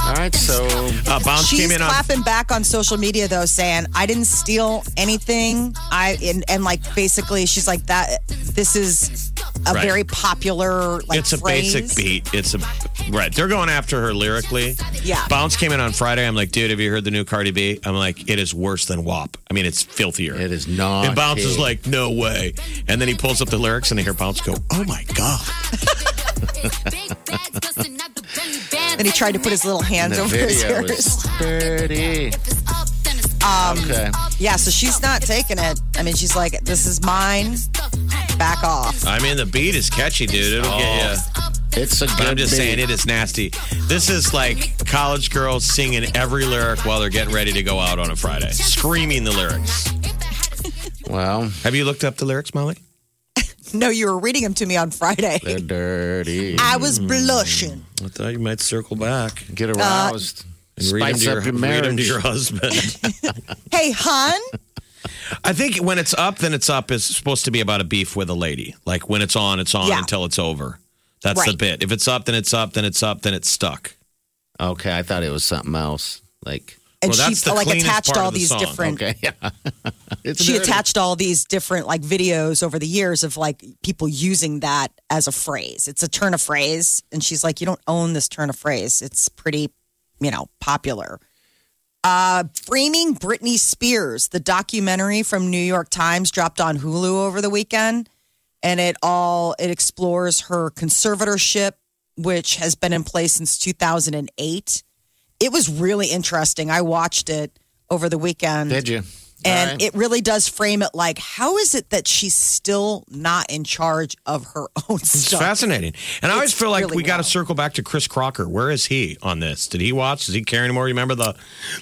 All right, so Uh, Bounce She's came in on clapping back on social media though, saying, "I didn't steal anything." I and, and like basically, she's like that. This is a Right. very popular [LAUGHS] like it's a phrase. basic beat. It's a right. They're going after her lyrically. Yeah. Bounce came in on Friday. I'm like, dude, have you heard the new Cardi B? I'm like, it is worse than WAP. I mean, it's filthier. it is not. And Bounce is like, no way. And then he pulls up the lyrics and I hear Bounce go, oh my God. And he tried to put his little And hands the over his video ears. is [LAUGHS] pretty. Um, okay. Yeah, so she's not taking it. I mean, she's like, this is mine. Back off. I mean, the beat is catchy, dude. It'll get you. Oh. It's a good But I'm just beat. saying, it is nasty. This is like college girls singing every lyric while they're getting ready to go out on a Friday, screaming the lyrics. Well, Have you looked up the lyrics, Molly? No, you were reading them to me on Friday. they're dirty. I was Mm. blushing. I thought you might circle back Get Uh, aroused. and read them Spice to, your, up your read them to marriage. [LAUGHS] your husband. Hey, hon. I think when it's up, then it's up is supposed to be about a beef with a lady. Like when it's on, it's on Yeah. until it's over. That's the Right. bit. If it's up, then it's up, then it's up, then it's stuck. Okay, I thought it was something else. Like, And Well, she that's the like cleanest attached part all of the these song. different. okay, [LAUGHS] [LAUGHS] yeah. It's She dirty. attached all these different like videos over the years of like people using that as a phrase. It's a turn of phrase, and she's like, "You don't own this turn of phrase. It's pretty, you know, popular." Uh, framing Britney Spears, the documentary from New York Times dropped on Hulu over the weekend, and it all it explores her conservatorship, which has been in place since 2008. It was really interesting. I watched it over the weekend. Did you? And All right. it really does frame it like, how is it that she's still not in charge of her [LAUGHS] own It's stuff? fascinating. And I always It's feel like really we got to wild. circle back to Chris Crocker. Where is he on this? Did he watch? Does he care anymore? You remember the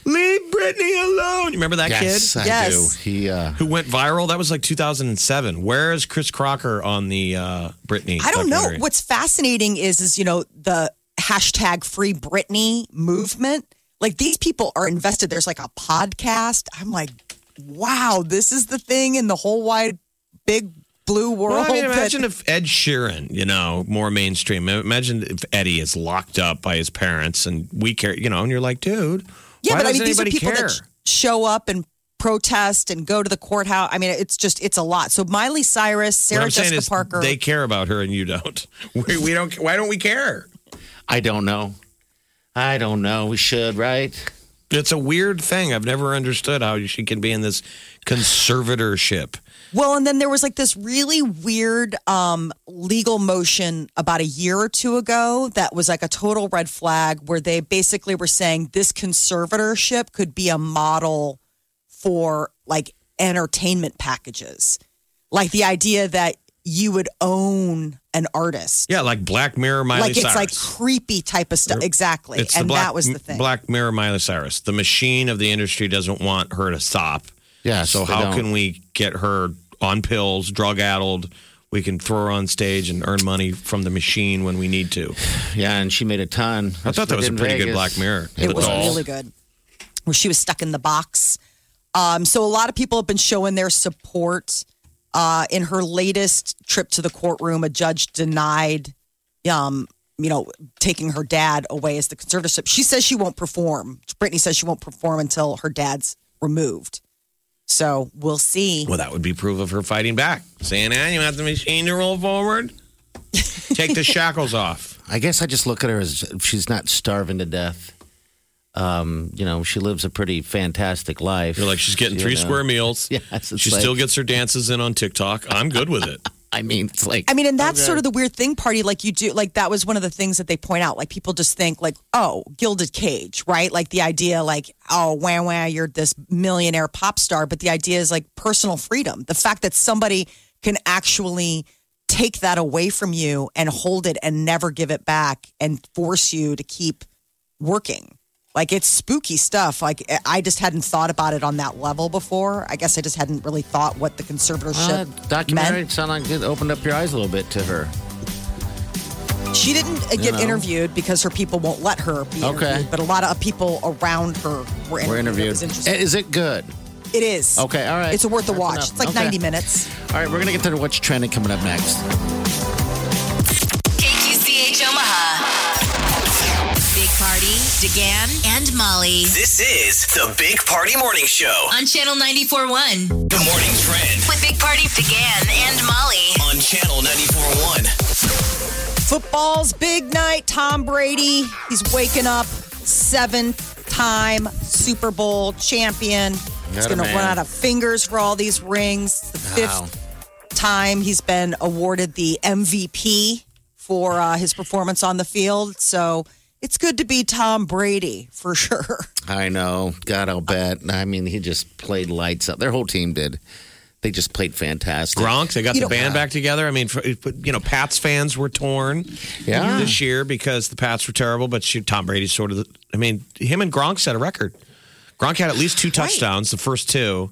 leave Britney alone? You remember that yes, kid I Yes. do. He uh, who went viral? That was like 2007. Where is Chris Crocker on the uh, Britney? I don't know. documentary? What's fascinating is, is you know, the hashtag free Britney movement. Like these people are invested. There's like a podcast. I'm like, wow, this is the thing in the whole wide big blue world. Well, I mean, that- imagine if Ed Sheeran, you know, more mainstream. Imagine if Eddie is locked up by his parents, and we care, you know, and you're like, dude, yeah, why but I does mean, these are anybody people care? that sh- show up and protest and go to the courthouse. I mean, it's just, it's a lot. So Miley Cyrus, What Sarah I'm saying Jessica is Parker. they care about her, and you don't. [LAUGHS] We, we don't. Why don't we care? I don't know. I don't know. We should, right? It's a weird thing. I've never understood how she can be in this conservatorship. Well, and then there was like this really weird um, legal motion about a year or two ago that was like a total red flag where they basically were saying this conservatorship could be a model for like entertainment packages. Like the idea that you would own an artist. Yeah, like Black Mirror Miley like it's Cyrus. like creepy type of stuff. Exactly. It's the and Black- that was the thing. Black Mirror Miley Cyrus. The machine of the industry doesn't want her to stop. Yes, So they how don't. can we get her on pills, drug addled? We can throw her on stage and earn money from the machine when we need to. [SIGHS] Yeah, and she made a ton. I thought that was a In pretty good Vegas. Black Mirror. It was Doll. really good. Where she was stuck in the box. Um, so a lot of people have been showing their support. Uh, in her latest trip to the courtroom, a judge denied, um, you know, taking her dad away as the conservatorship. She says she won't perform. Brittany says she won't perform until her dad's removed. So we'll see. Well, that would be proof of her fighting back, saying, "Ah, you want the machine to roll forward? [LAUGHS] Take the shackles off." I guess I just look at her as she's not starving to death. Um, you know, she lives a pretty fantastic life. You're like, she's getting You three know? Uh, square meals. [LAUGHS] Yes, it's she like- still gets her dances in on TikTok. I'm good with it. [LAUGHS] I mean, it's like I mean, and that's sort of the weird thing, party. Like you do, like that was one of the things that they point out. Like people just think, like, oh, gilded cage, right? Like the idea, like, oh, wah wah, you're this millionaire pop star. But the idea is like personal freedom. The fact that somebody can actually take that away from you and hold it and never give it back and force you to keep working. Like it's spooky stuff. Like I just hadn't thought about it on that level before. I guess I just hadn't really thought what the uh, conservatorship documentary. meant. It sounded like it opened up your eyes a little bit to her. She didn't uh, get know. interviewed because her people won't let her be Okay. interviewed, but a lot of people around her were interviewed. We're It interviewed. Eh, was interesting. Is it good? it is. Okay, all right. It's worth a That's watch. enough. It's like Okay. 90 minutes. All right, we're gonna get to what's trending coming up next. KQCH Omaha. Big Party, DeGan, and Molly This is the Big Party Morning Show. on Channel 94.1 Good morning, trend with Big Party, DeGan, and Molly. on Channel 94.1. Football's big night. Tom Brady, he's waking up seventh time Super Bowl champion. He's Atta going to man. run out of fingers for all these rings. It's the Wow. fifth time he's been awarded the MVP for uh, his performance on the field. So it's good to be Tom Brady for sure. I know. God, I'll bet. I mean, he just played lights out. Their whole team did. They just played fantastic. Gronk, they got You the know- band back together. I mean, for, you know, Pats fans were torn Yeah. this year because the Pats were terrible, but shoot, Tom Brady sort of, the, I mean, him and Gronk set a record. Gronk had at least two touchdowns, the first two,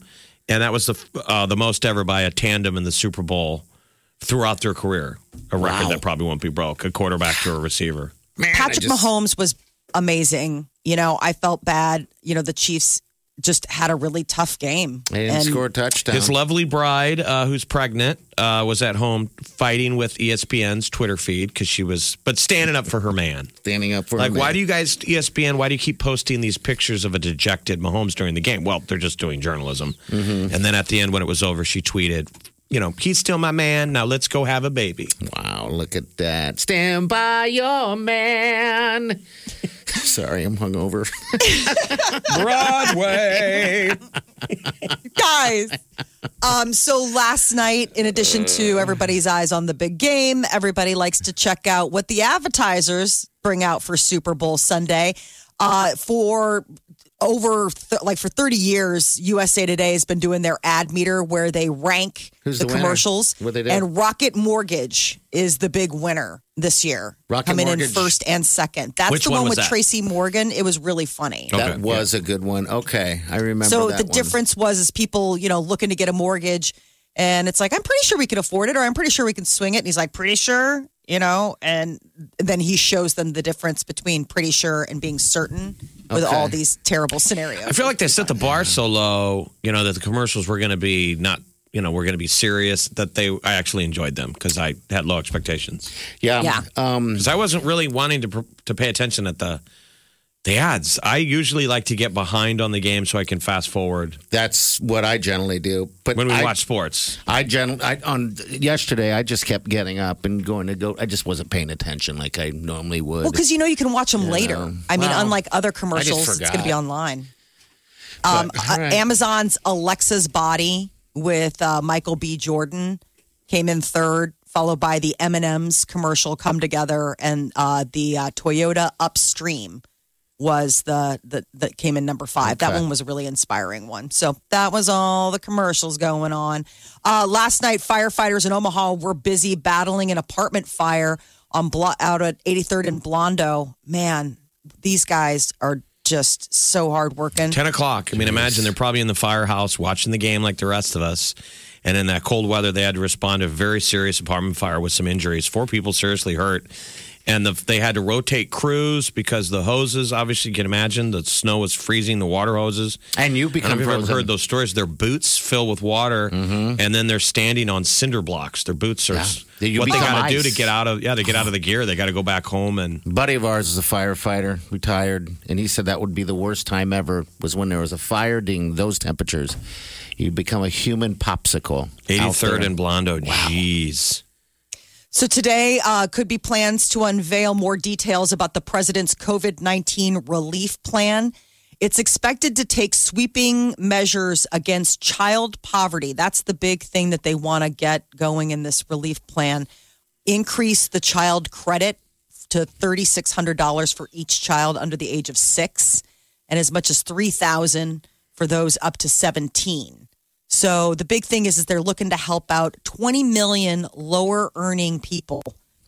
and that was the uh, the most ever by a tandem in the Super Bowl throughout their career. A record Wow. that probably won't be broke, a quarterback to a receiver. Man, I Patrick just- Mahomes was amazing. You know, I felt bad. You know, the Chiefs just had a really tough game. They didn't And score a touchdown. His lovely bride, uh, who's pregnant, uh, was at home fighting with E ESPN's Twitter feed because she was, but standing up for her man. standing up for Like, him. why do you guys, E ESPN, why do you keep posting these pictures of a dejected Mahomes during the game? Well, they're just doing journalism. And then at the end, when it was over, she tweeted, you know, he's still my man. Now let's go have a baby. Wow, look at that. Stand by your man. [LAUGHS] Sorry, I'm hungover. [LAUGHS] Broadway. guys. Um, so last night, in addition to everybody's eyes on the big game, everybody likes to check out what the advertisers bring out for Super Bowl Sunday. Uh, for over th- like for 30 years, USA Today has been doing their ad meter where they rank Who's the, the winner? commercials. What they do? and Rocket Mortgage is the big winner this year. Rocket coming Mortgage. in first and second. That's Which the one one, was with that? Tracy Morgan. It was really funny. that Okay, was a good one. Okay, I remember So that the one. difference was is people, you know, looking to get a mortgage and it's like, I'm pretty sure we can afford it or I'm pretty sure we can swing it. And he's like, pretty sure, you know, and then he shows them the difference between pretty sure and being certain with Okay. all these terrible I scenarios. feel like they set the bar so low, you know, that the commercials were going to be not, you know, were going to be serious that they, I actually enjoyed them because I had low expectations. Yeah. Yeah. Um, Because I wasn't really wanting to, pr- to pay attention at the, the ads. I usually like to get behind on the game so I can fast forward that's what I generally do. But when we I, watch sports. I gen I on yesterday I just kept getting up and going to go I just wasn't paying attention like I normally would. Well, because you know you can watch them later. I mean, Wow. unlike other I just commercials, it's going to be forgot. online. Um, But, uh, all right. Amazon's Alexa's Body with uh, Michael B. Jordan came in third, followed by the M and M's commercial "Come Together" and uh, the uh, Toyota Upstream was the, the that came in number five. That one was a really inspiring one. So that was all the commercials going on. Uh, last night, firefighters in Omaha were busy battling an apartment fire on Blo- out at 83rd and Blondo. Man, these guys are just so hard working. 10 o'clock. I mean, imagine they're probably in the firehouse watching the game like the rest of us. And in that cold weather, they had to respond to a very serious apartment fire with some injuries. Four people seriously hurt. And the, they had to rotate crews because the hoses, obviously, you can imagine the snow was freezing the water hoses. and you I don't become know if you've ever frozen. Mm-hmm. heard those stories. Their boots fill with water, and then they're standing on cinder blocks. Their boots are Yeah. You what they become got to do ice. to get out of yeah to get out of the gear. They got to go back home and buddy of ours is a firefighter, retired, and he said that would be the worst time ever was when there was a fire during those temperatures. You become a human popsicle. out 83rd there. and Blondo. Jeez, So today uh, could be plans to unveil more details about the president's COVID 19 relief plan. It's expected to take sweeping measures against child poverty. That's the big thing that they want to get going in this relief plan. Increase the child credit to $3,600 for each child under the age of six and as much as 3000 for those up to 17. So the big thing is, is they're looking to help out 20 million lower earning people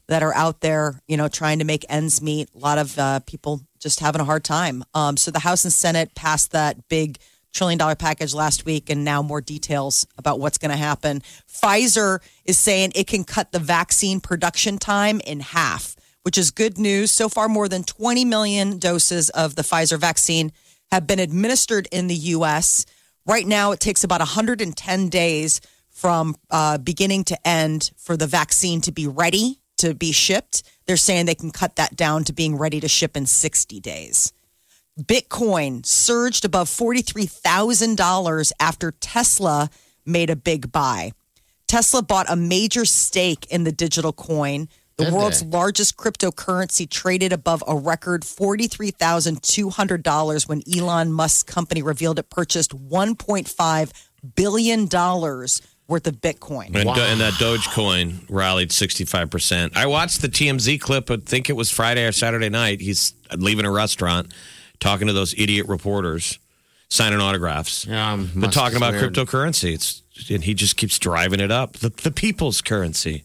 that are out there, you know, trying to make ends meet. A lot of uh, people just having a hard time. Um, so the House and Senate passed that big trillion dollar package last week, and now more details about what's going to happen. Pfizer is saying it can cut the vaccine production time in half, which is good news. So far, more than 20 million doses of the Pfizer vaccine have been administered in the U.S. Right now, it takes about 110 days from uh, beginning to end for the vaccine to be ready to be shipped. They're saying they can cut that down to being ready to ship in 60 days. Bitcoin surged above $43,000 after Tesla made a big buy. Tesla bought a major stake in the digital coin. The Did world's they? largest cryptocurrency traded above a record $43,200 when Elon Musk's company revealed it purchased $1.5 billion worth of Bitcoin. And, Do- and that Dogecoin rallied 65%. I watched the TMZ clip, I think it was Friday or Saturday night. He's leaving a restaurant, talking to those idiot reporters, signing autographs. Yeah, um, but must- it's talking about weird. cryptocurrency. It's, and he just keeps driving it up. The, the people's currency.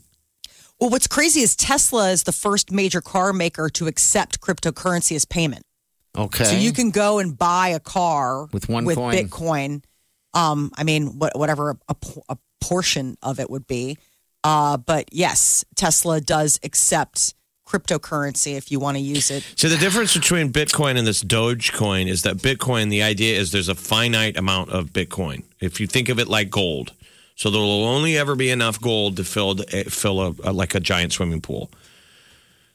Well, what's crazy is Tesla is the first major car maker to accept cryptocurrency as payment. Okay. So you can go and buy a car With one with coin. Bitcoin. Um, I mean, what, whatever a, po- a portion of it would be. Uh, but yes, Tesla does accept cryptocurrency if you want to use it. So the difference between Bitcoin and this Dogecoin is that Bitcoin, the idea is there's a finite amount of Bitcoin. If you think of it like gold, so there will only ever be enough gold to fill eh, fill a, a- like a giant swimming pool.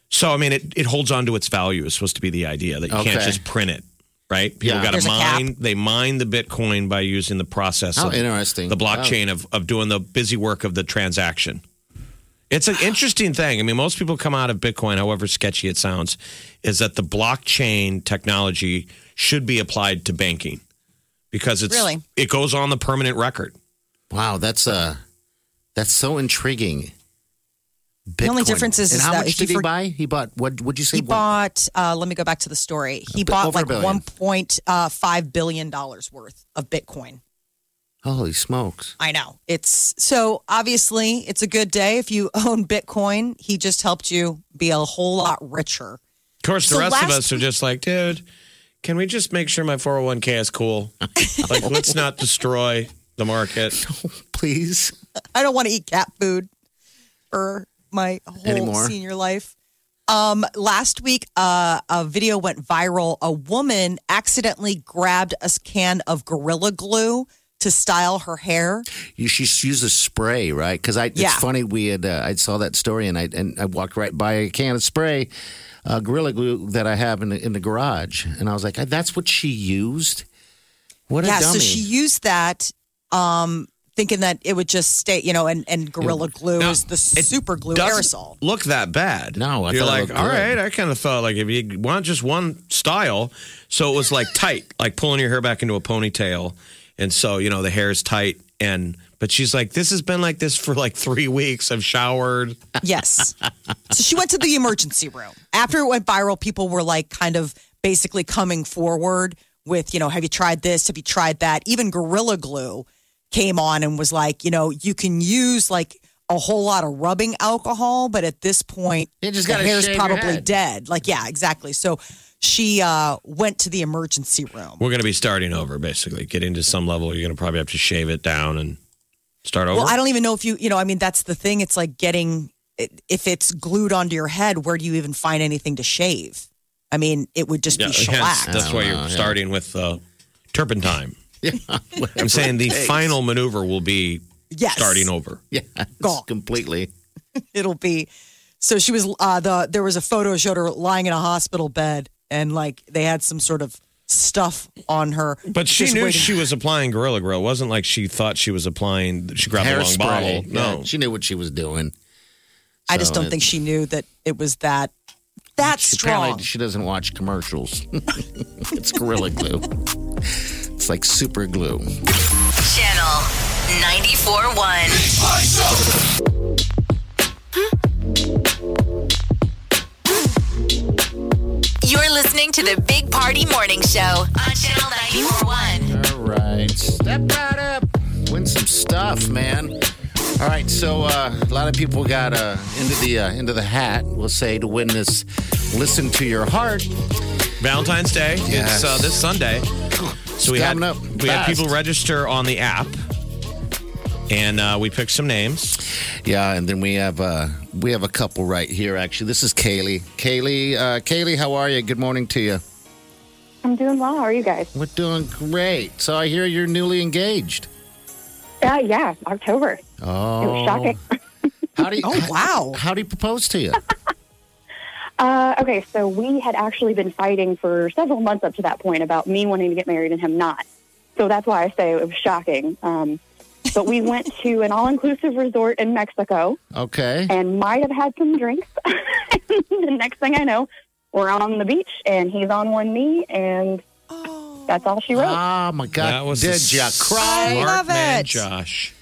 So I mean, it it holds on to its value. Is supposed to be the idea that you can't Okay. just print it, right? People Yeah. got There's to a cap. mine. They mine the Bitcoin by using the process. How of Oh, interesting. Oh. The blockchain of of doing the busy work of the transaction. It's an interesting thing. I mean, most people come out of Bitcoin, however sketchy it sounds, is that the blockchain technology should be applied to banking because it's Really? it goes on the permanent record. Wow, that's uh that's so intriguing. The only Bitcoin. difference is- and is how that much if did you he for- buy? He bought what? Would you say? He what- bought, uh, let me go back to the story. He A bit- bought over a like billion. $1.5 billion worth of Bitcoin. Holy smokes! I know. It's so obviously it's a good day if you [LAUGHS] own Bitcoin. He just helped you be a whole lot richer. Of course, the So rest of last- us are just like, dude, can we just make sure my 401k is cool? like, let's not destroy the market. [LAUGHS] Please. I don't want to eat cat food for my whole Anymore. senior life. Um, last week, uh, a video went viral. A woman accidentally grabbed a can of Gorilla Glue to style her hair. You she used a spray, right? Because I, Yeah. it's funny we had uh, I saw that story and I and I walked right by a can of spray, uh, Gorilla Glue that I have in the, in the garage, and I was like, that's what she used. What yeah, a dummy! so she used that, um, thinking that it would just stay, you know, and, and Gorilla Glue No, is the it super glue doesn't aerosol. Look that bad. No, I you're thought it like, looked all good." right. I kind of thought like if you want just one style, so it was like tight, like pulling your hair back into a ponytail, and so you know the hair is tight. And but she's like, this has been like this for like three weeks. [LAUGHS] I've showered. Yes. so she went to the emergency room. After it went viral, people were like kind of basically coming forward with, you know, have you tried this? Have you tried that? Even Gorilla Glue came on and was like, you know, you can use like a whole lot of rubbing alcohol, but at this point, You just the gotta hair's shave your probably head. dead. Like, yeah, exactly. So she uh, went to the emergency room. We're gonna be starting over, basically. Getting to some level, you're gonna probably have to shave it down and start over. Well, I don't even know if you, you know, I mean, that's the thing. It's like getting, if it's glued onto your head, where do you even find anything to shave? I mean, it would just Yeah, be hence, shellac. that's why you're starting with uh, [LAUGHS] turpentine. I'm saying the final maneuver will be Yes. starting over. yeah, Gone. completely. [LAUGHS] It'll be. So she was, uh, the, there was a photo showed her lying in a hospital bed and like they had some sort of stuff on her. But she Just knew waiting- she was applying Gorilla Grill. It wasn't like she thought she was applying, she grabbed the wrong Hairspray. bottle. Yeah, No. she knew what she was doing. I just So don't it- think she knew that it was that that She strong. Apparently, she doesn't watch commercials. [LAUGHS] [LAUGHS] it's Gorilla Glue. [LAUGHS] It's like super glue. Channel 94.1. You're listening to the Big Party Morning Show on Channel 94.1. All right. Step right up. Win some stuff, man. All right, so uh, a lot of people got uh, into the uh, into the hat. We'll say to win this, listen to your heart. Valentine's Day. It's uh, Yes. this Sunday. So we had coming up we had fast. people register on the app, and uh, we picked some names. Yeah, and then we have uh, we have a couple right here. Actually, this is Kaylee. Kaylee, uh, Kaylee, how are you? Good morning to you. I'm doing well. How are you guys? We're doing great. So I hear you're newly engaged. Uh, yeah, October. Oh, It was shocking. How do you? [LAUGHS] Oh wow. How do you propose to you? Uh, okay, so we had actually been fighting for several months up to that point about me wanting to get married and him not. So that's why I say it was shocking. Um, but we went to an all-inclusive resort in Mexico Okay. and might have had some drinks. [LAUGHS] the next thing I know, we're on the beach and he's on one knee, and that's all she wrote. Oh my God! That was Did a you cry? Smart love man, it. Josh.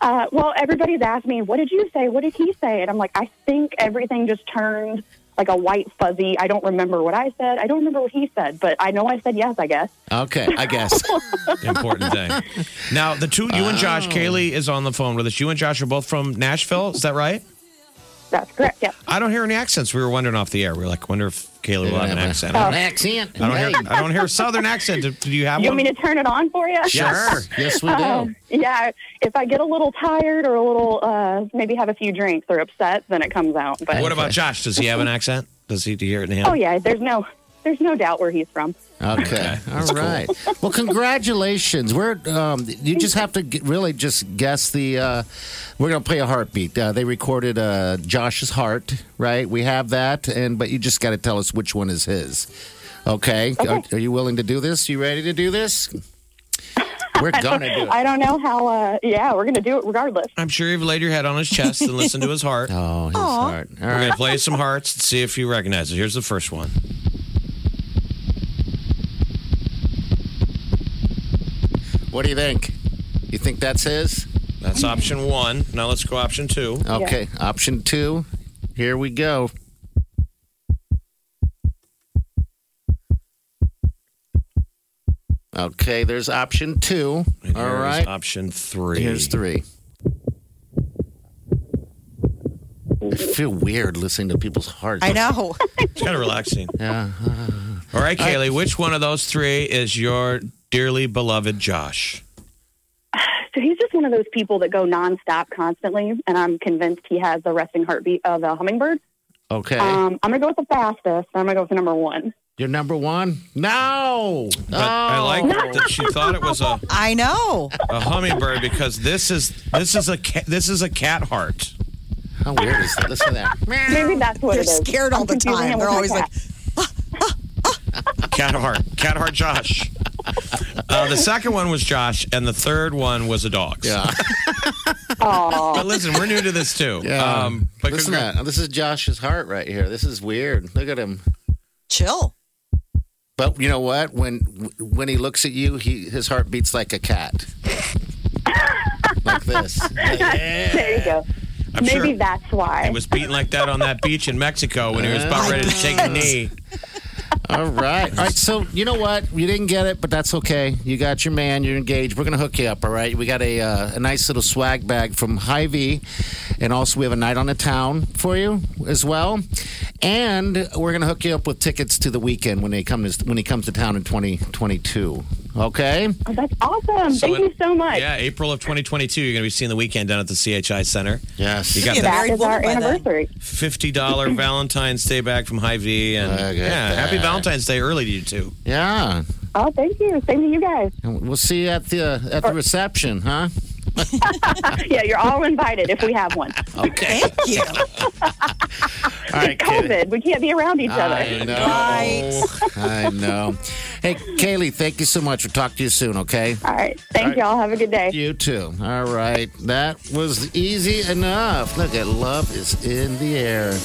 Uh, well, everybody's asked me, what did you say? What did he say? And I'm like, I think everything just turned like a white fuzzy. I don't remember what I said. I don't remember what he said, but I know I said yes, I guess. Okay, I guess. [LAUGHS] Important thing. Now the two you and Oh. Josh, Kaylee is on the phone with us. You and Josh are both from Nashville. Is that right? That's correct. Yep. I don't hear any accents. We were wondering off the air. We were like, wonder if Kaylee will have an accent. Uh, An accent. I [LAUGHS] don't hear. I don't hear a southern accent. Do, do you have You one? want me to turn it on for you? Yes, yes, we do. Um, yeah. If I get a little tired or a little, uh, maybe have a few drinks or upset, then it comes out. But What about Josh? Does he have an accent? Does he do you hear it in him? oh yeah, there's no, there's no doubt where he's from. Okay. All right. Well, congratulations. We're um, you just have to g really just guess the. Uh, we're gonna play a heartbeat. Uh, they recorded uh, Josh's heart, right? We have that, and but you just got to tell us which one is his. Okay. Are, are you willing to do this? You ready to do this? We're gonna do it. [LAUGHS] I don't know how. Uh, yeah, we're gonna do it regardless. I'm sure you've laid your head on his chest and listened to his heart. [LAUGHS] Oh, his heart. All We're right. gonna play some hearts and see if you recognize it. Here's the first one. What do you think? You think that's his? That's option one. Now let's go option two. Okay. Option two. Here we go. Okay, there's option two. And All here's right. Option three. Here's three. I feel weird listening to people's hearts. I know. It's kind of relaxing. Yeah. Uh, All right, Kaylee. Which one of those three is your dearly beloved Josh? [SIGHS] So he's just one of those people that go nonstop constantly, and I'm convinced he has the resting heartbeat of a hummingbird. Okay. Um, I'm gonna go with the fastest. I'm gonna go with the number one. You're number one? No. But I Oh. like that she thought it was a, I know. a hummingbird because this is this is a ca- this is a cat heart. How weird is that? Listen to that. Maybe that's what They're it is. scared all I'm the confusing time. him with They're my always cat. like, Cat heart. Cat heart Josh. Uh, the second one was Josh, and the third one was a dog. Yeah. "Oh, [LAUGHS] But listen, we're new to this too. Yeah. Um, but Listen to congr- that. This is Josh's heart right here. This is weird. Look at him. chill. But you know what? When when he looks at you, he his heart beats like a cat. like this. [LAUGHS] there you go. I'm Maybe sure that's why." He was beaten like that on that beach in Mexico when he was about ready to take the knee. All right. All right. So you know what? You didn't get it, but that's okay. You got your man. You're engaged. We're gonna hook you up. All right. We got a uh, a nice little swag bag from Hy-Vee, and also we have a night on the town for you as well. And we're gonna hook you up with tickets to the weekend when they come to when he comes to town in 2022. Okay. Oh, that's awesome. Thank in- you so much. Yeah, April of 2022, you're going to be seeing the weekend down at the CHI Center. Yes. You got Yeah. that that Married is our woman by then. anniversary. $50 Valentine's Day bag from Hy-Vee. And Look at yeah, happy that. Valentine's Day early to you two. Yeah. Oh, thank you. Same to you guys. And We'll see you at the uh, at the reception, huh? [LAUGHS] Yeah, you're all invited if we [LAUGHS] have one. Okay. Thank you. All right, COVID, we can't be around each other. [LAUGHS] I know. I know. Hey, Kaylee, thank you so much. We'll talk to you soon, okay? All right. Thank All right. y'all. Have a good day. You too. All right. That was easy enough. Look at love is in the air. Oh,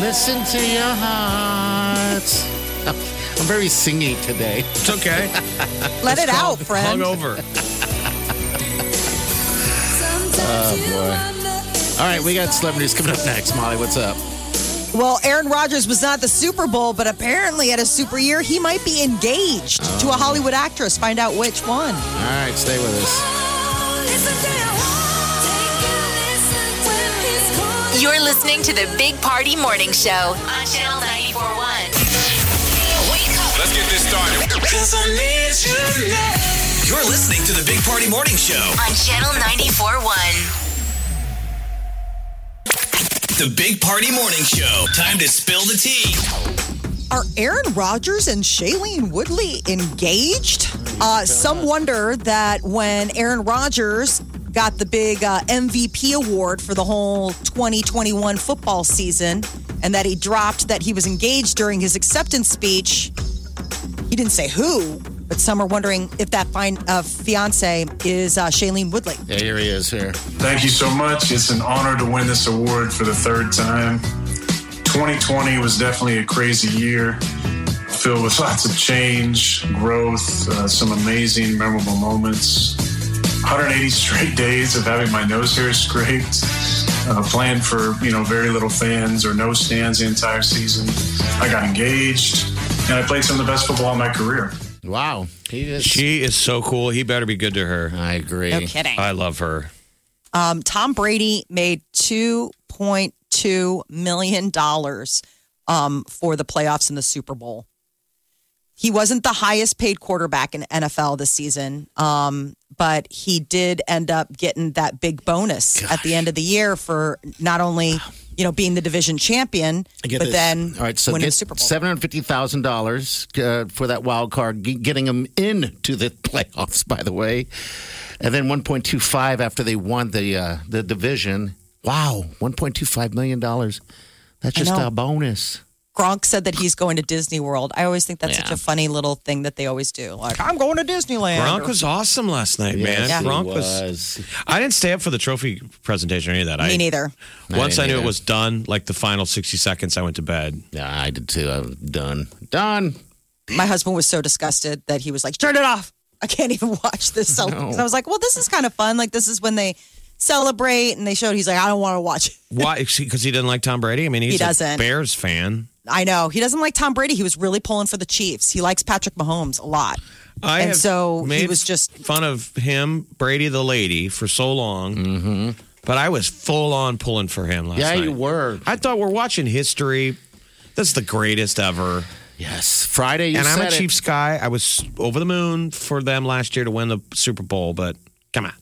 listen to your hearts. I'm, [LAUGHS] I'm very singy today. It's [LAUGHS] okay. Let it out, Hung friend. over. Oh, boy. All right, we got celebrities coming up next. Molly, what's up? Well, Aaron Rodgers was not at the Super Bowl, but apparently at a super year, he might be engaged to a Hollywood actress. Find out which one. All right, stay with us. You're listening to the Big Party Morning Show on Channel 941. Wake up. Let's get this started. You're listening to the Big Party Morning Show. on Channel 94.1. The Big Party Morning Show. Time to spill the tea. Are Aaron Rodgers and Shailene Woodley engaged? Uh, some wonder that when Aaron Rodgers got the big uh, MVP award for the whole 2021 football season and that he dropped that he was engaged during his acceptance speech, he didn't say who, but some are wondering if that fine, uh, fiance is uh, Shailene Woodley. Yeah, here he is here. Thank you so much. It's an honor to win this award for the third time. 2020 was definitely a crazy year, filled with [LAUGHS] lots of change, growth, uh, some amazing, memorable moments. 180 straight days of having my nose hair scraped, uh, playing for you know very little fans or no stands the entire season. I got engaged, and I played some of the best football in my career. Wow. He is. She is so cool. He better be good to her. I agree. No kidding. I love her. Um, Tom Brady made two point two million dollars um, for the playoffs and the Super Bowl. He wasn't the highest paid quarterback in NFL this season, um, but he did end up getting that big bonus at the end of the year for not only you know being the division champion, but then all right, so winning get the Super Bowl. seven hundred fifty thousand uh, dollars for that wild card, g- getting them into the [LAUGHS] playoffs. By the way, and then one point two five after they won the uh, the division. Wow, one point two five million dollars. That's I just know. a bonus. Gronk said that he's going to Disney World. I always think that's such a funny little thing that they always do. Like I'm going to Disneyland. Gronk was awesome last night, man. Yes, it Gronk was. I didn't stay up for the trophy presentation or any of that. I, Me neither. Once I I, didn't knew it either. was done, like the final 60 seconds, I went to bed. Yeah, I did too. I'm done. Done. my husband was so disgusted that he was like, "Turn it off! I can't even [LAUGHS] watch this." So I was like, "Well, this is kind of fun. Like this is when they celebrate and they showed." He's like, "I don't want to watch." it." Why? [LAUGHS] Because he didn't like Tom Brady? I mean, he's a doesn't. Bears fan. I know he doesn't like Tom Brady. He was really pulling for the Chiefs. He likes Patrick Mahomes a lot. I And have so he made was just- fun of him, Brady the lady, for so long. Mm-hmm. But I was full on pulling for him last Yeah, night. you were. I thought we're watching history. That's the greatest ever. Yes, Friday. You and I'm a said it. Chiefs guy. I was over the moon for them last year to win the Super Bowl. But come on,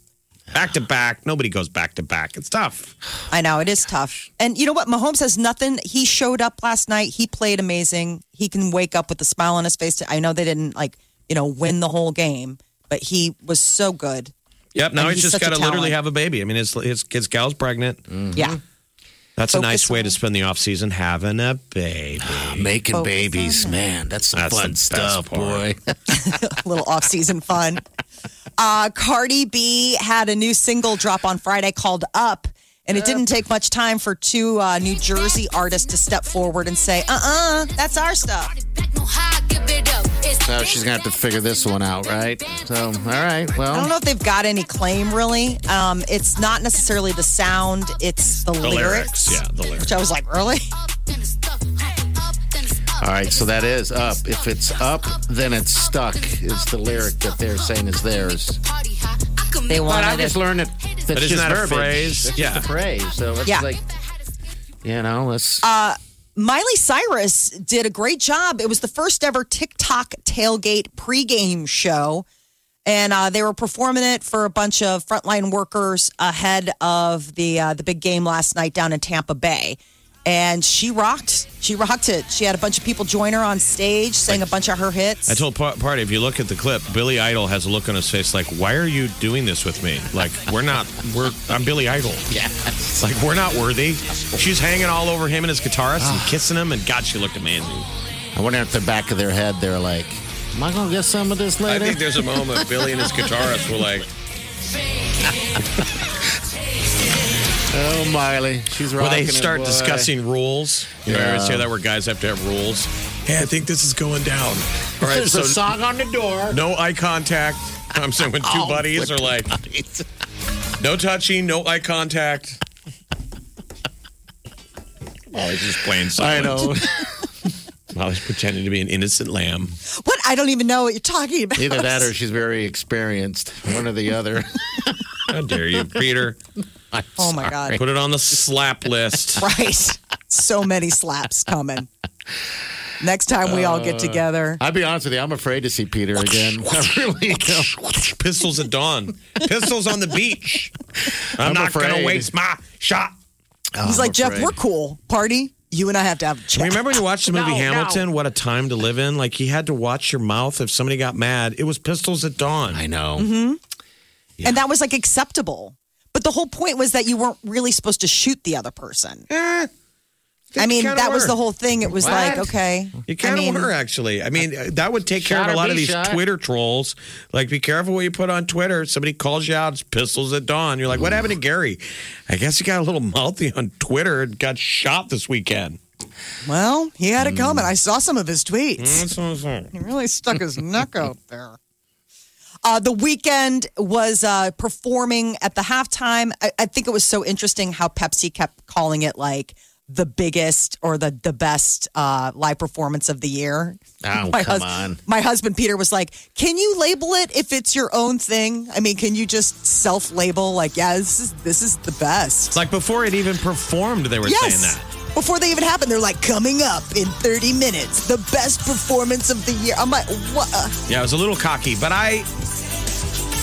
back to back. Nobody goes back to back. It's tough. I know it is tough. And you know what? Mahomes has nothing. He showed up last night. He played amazing. He can wake up with a smile on his face. I know they didn't like you know win the whole game, but he was so good. Yep. Now And he's he's just such got a to literally talent. Mm-hmm. have a baby. I mean, his his, his gal's pregnant. Yeah. That's a nice Focus way on- to spend the off season having a baby. making babies, man. That's some That's the fun best stuff, boy. [LAUGHS] part. little off-season fun. Uh, Cardi B had a new single drop on Friday called "Up," and it didn't take much time for two uh, New Jersey artists to step forward and say, "Uh-uh, that's our stuff." so she's gonna have to figure this one out, right? So, all right. Well, I don't know if they've got any claim really. Um, it's not necessarily the sound; it's the, The lyrics. lyrics. Yeah, the lyrics. Which I was like, really? All right, so that is up. If it's up, then it's stuck. Is the lyric that they're saying is theirs? But They I wanted it. just learned it. That's But isn't just that a verbiage. phrase? That's Yeah. just a phrase. So it's Yeah. like, you know, let's. Uh, Miley Cyrus did a great job. It was the first ever TikTok tailgate pregame show. And uh, they were performing it for a bunch of frontline workers ahead of the uh, the big game last night down in Tampa Bay. And she rocked. She rocked it. She had a bunch of people join her on stage, sang a bunch of her hits. I told Pa- Party, if you look at the clip, Billy Idol has a look on his face like, why are you doing this with me? Like, we're not, we're, I'm Billy [LAUGHS] Idol. Yeah. Like, Ah. we're not worthy. She's hanging all over him and his guitarist and kissing him, and God, she looked amazing. I wonder if the back of their head they're like, "Am I gonna get some of this I later?" [LAUGHS] think there's a moment Billy and his guitarist were like, oh, Miley, she's right. Well, they start discussing [LAUGHS] rules. You know, I always Yeah. hear that where guys have to have rules. Hey, I think this is going down. All right, There's so a song on the door. no eye contact. I'm saying when two Oh, buddies are with like, [LAUGHS] no touching, no eye contact. Molly's Oh, just playing I silent. [LAUGHS] know. Molly's pretending to be an innocent lamb. What? I don't even know what you're talking about. Either that [LAUGHS] or she's very experienced. One or the [LAUGHS] other. How dare you, Peter? I'm Oh, my sorry. Put it on the slap list. [LAUGHS] right. So many slaps coming. Next time we all Uh, get together. I'll be honest with you. I'm afraid to see Peter [LAUGHS] again. I really am. Pistols at dawn. Pistols on the beach. [LAUGHS] I'm, I'm not going afraid. to waste my shot. He's like, Jeff, afraid. we're cool. Party. You and I have to have a chat. Oh, Remember when you watched the movie No, Hamilton? What a time to live in. Like he had to watch your mouth if somebody got mad. It was pistols at dawn. I know. Mm-hmm. And that was like acceptable. But the whole point was that you weren't really supposed to shoot the other person. I mean, Eh. kinda that was were. the whole thing. It was like, okay. You kind I mean, of were actually. I mean, uh, that would take care Shot or of a lot of be these shot. Twitter trolls. Like, be careful what you put on Twitter. Somebody calls you out. It's pistols at dawn. You're like, what happened to Gary? I guess he got a little mouthy on Twitter and got shot this weekend. Well, he had it coming. I saw some of his tweets. Hmm. That's what I'm saying. He really stuck his neck out there. Uh, the weekend was uh, performing at the halftime. I, I think it was so interesting how Pepsi kept calling it like the biggest or the the best uh, live performance of the year. Oh, come on. [LAUGHS] My husband Peter was like, "Can you label it if it's your own thing? I mean, can you just self label like, yeah, this is this is the best." Like before it even performed, they were saying yes. that. Before they even happened, they're like, "Coming up in 30 minutes, the best performance of the year." I'm like, "What?" Uh, Yeah, it was a little cocky, but I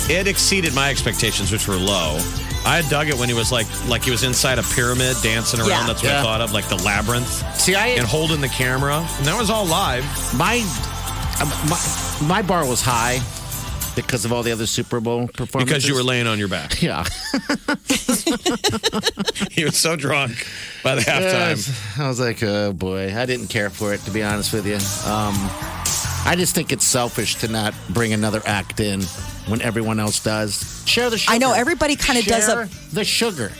it exceeded my expectations, which were low. I dug it when he was like like he was inside a pyramid dancing around. Yeah. That's what I Yeah. thought of, like the labyrinth See, I and holding the camera. And that was all live. my, um, my my bar was high because of all the other Super Bowl performances. Because you were laying on [LAUGHS] your back. [LAUGHS] Yeah. he was so drunk by the halftime. I was like, oh boy, I didn't care for it to be honest with you. Um, I just think it's selfish to not bring another act in when everyone else does. Share the sugar. I know, everybody kinda does Share a- the sugar.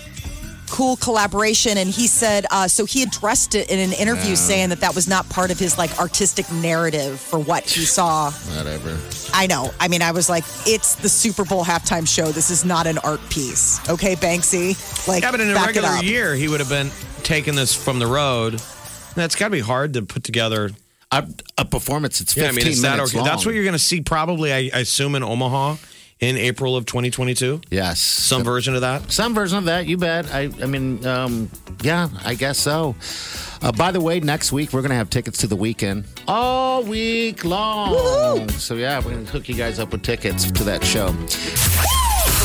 cool collaboration and he said uh, so he addressed it in an interview saying that that was not part of his like artistic narrative for what he saw Whatever. i know i mean i was like it's the super bowl halftime show this is not an art piece okay banksy like Yeah, but in a back it regular up. year he would have been taking this from the road. That's gotta be hard to put together. A, a performance. It's Yeah, fifteen I mean, is that minutes okay? long. That's what you're gonna see probably I, I assume in Omaha in April of twenty twenty two. Yes. Some version of that. Some version of that, Uh, you bet. I, I mean, um, yeah, I guess so. Uh, by the way, next week we're going to have tickets to the weekend all week long. So, yeah, we're going to hook you guys up with tickets to that show.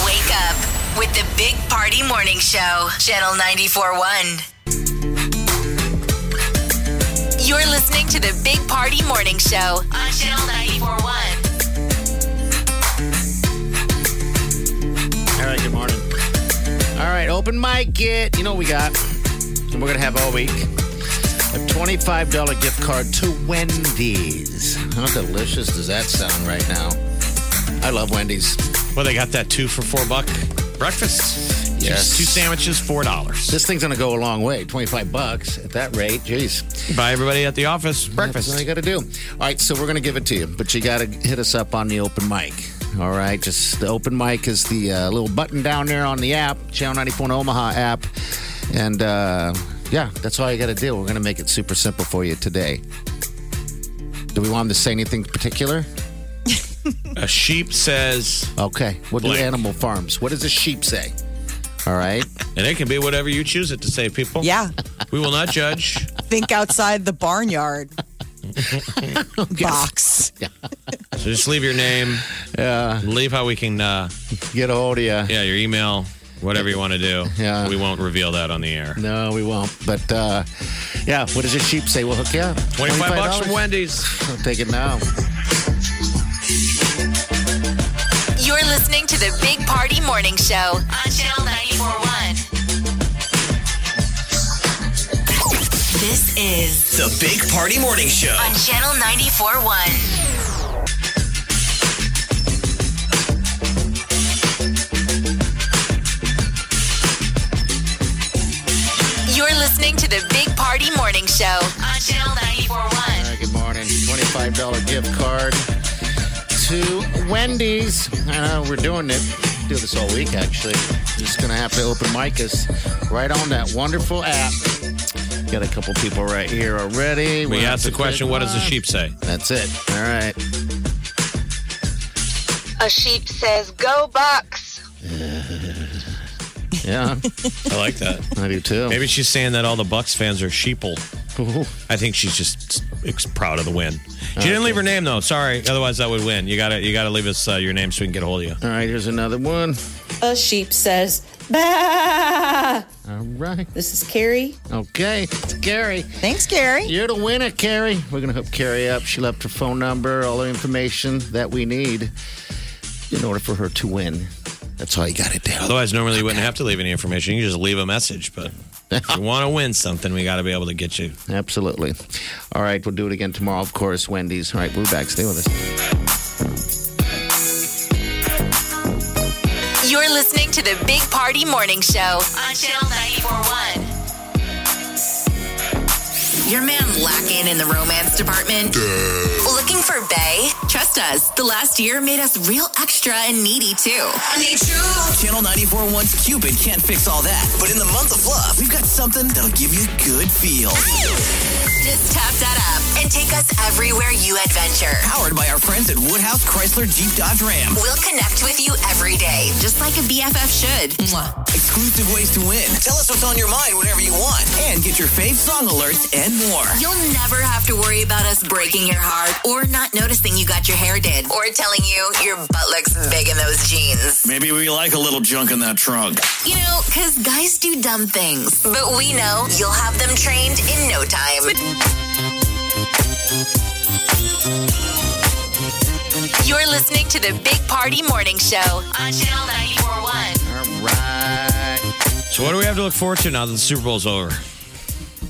Wake up with the Big Party Morning Show, Channel 941. You're listening to the Big Party Morning Show on Channel 941. All right, good morning. All right, open mic it. You know what we got. And we're going to have all week a $25 gift card to Wendy's. How delicious does that sound right now? I love Wendy's. Well, they got that two for four buck breakfast. Two- Yes. Two, sandwiches, four dollars. This thing's going to go a long way. 25 bucks at that rate. Jeez. Buy everybody at the office That's all you breakfast. got to do. All right, so we're going to give it to you, but you got to hit us up on the open mic. All right, just the open mic is the uh, little button down there on the app, Channel 94 Omaha app. And uh, yeah, that's all you got to do. We're going to make it super simple for you today. Do we want them to say anything particular? [LAUGHS] A sheep says, Okay, we'll do Blank. animal farms. What does a sheep say? All right. and it can be whatever you choose it to say, people. yeah We will not judge. think outside [LAUGHS] the barnyard box so just leave your name. Yeah. Leave how we can, uh, Get a hold of you. yeah, your email, whatever you want to do. Yeah. We won't reveal that on the air. No, we won't. But uh, yeah, what does a sheep say? We'll hook you up. 25 bucks $25. from Wendy's. I'll take it now. You're listening to the Big Party Morning Show on Channel 941. This is The Big Party Morning Show. on Channel 94.1. You're listening to the Big Party Morning Show on Channel 94.1. Good morning. $25 gift card to Wendy's. I know we're doing it. Do this all week, actually. Just going to have to open mic us right on that wonderful app. Got a couple people right here already. We We're asked at the question, what does the good- sheep say? That's it. All right. A sheep says, Go Bucks. Yeah, I like that. I do too. Maybe she's saying that all the Bucks fans are sheeple. I think she's just ex- proud of the win. She didn't leave her name though. Sorry, otherwise that would win. You gotta you gotta leave us uh, your name so we can get a hold of you. All right, here's another one. A sheep says, Bah! All right. This is Carrie. Okay, it's Gary. Thanks, Gary. You're the winner, Carrie. We're going to hook Carrie up. She left her phone number, all the information that we need in order for her to win. That's all you got to do. Otherwise, normally you wouldn't have to leave any information. You can just leave a message. But if you want to win something, we got to be able to get you. Absolutely. All right, we'll do it again tomorrow, of course, Wendy's. All right, we'll be back. Stay with us. You're listening to the Big Party Morning Show on Channel 941. Your man lacking in the romance department? Looking for Bay? Trust us, the last year made us real extra and needy too. I need you. Channel 94.1's Cupid can't fix all that. But in the month of love, we've got something that'll give you good feels. Just tap that up and take us everywhere you adventure. Powered by our friends at Woodhouse Chrysler Jeep Dodge Ram. We'll connect with you every day, just like a BFF should. Mwah. Exclusive ways to win. Tell us what's on your mind whenever you want. And get your fave song alerts and more. You'll never have to worry about us breaking your heart or not noticing you got your hair did or telling you your butt looks big in those jeans. Maybe we like a little junk in that trunk. You know, because guys do dumb things, but we know you'll have them trained in no time. You're listening to the Big Party Morning Show on Channel All 941. right. So what do we have to look forward to now that the Super Bowl's over?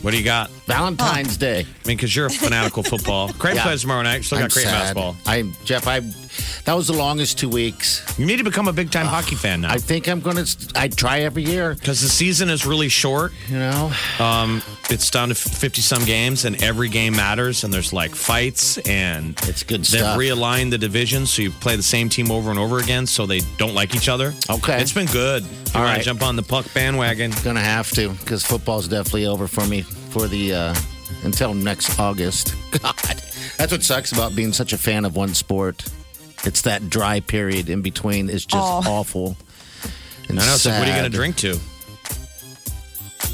What do you got? I Valentine's Day. mean, because you're a [LAUGHS] fanatical football. Craig Yeah. plays tomorrow night. Still got Craig basketball. I Jeff, I that was the longest two weeks. You need to become a big time hockey fan now I think I'm gonna I try every year, because the season is really short. you know. Um, it's down to 50 some games, and every game matters. And there's like fights, and It's good They've stuff. realigned the division, so you play the same team over and over again, so they don't like each other. Okay. it's been good. If you All want right. to jump on the puck bandwagon? Gonna have to because football's definitely over for me for the uh, until next August. [LAUGHS] God, that's what sucks about being such a fan of one sport. It's that dry period in between is just awful. And I know. So, what are you going sad. to drink to?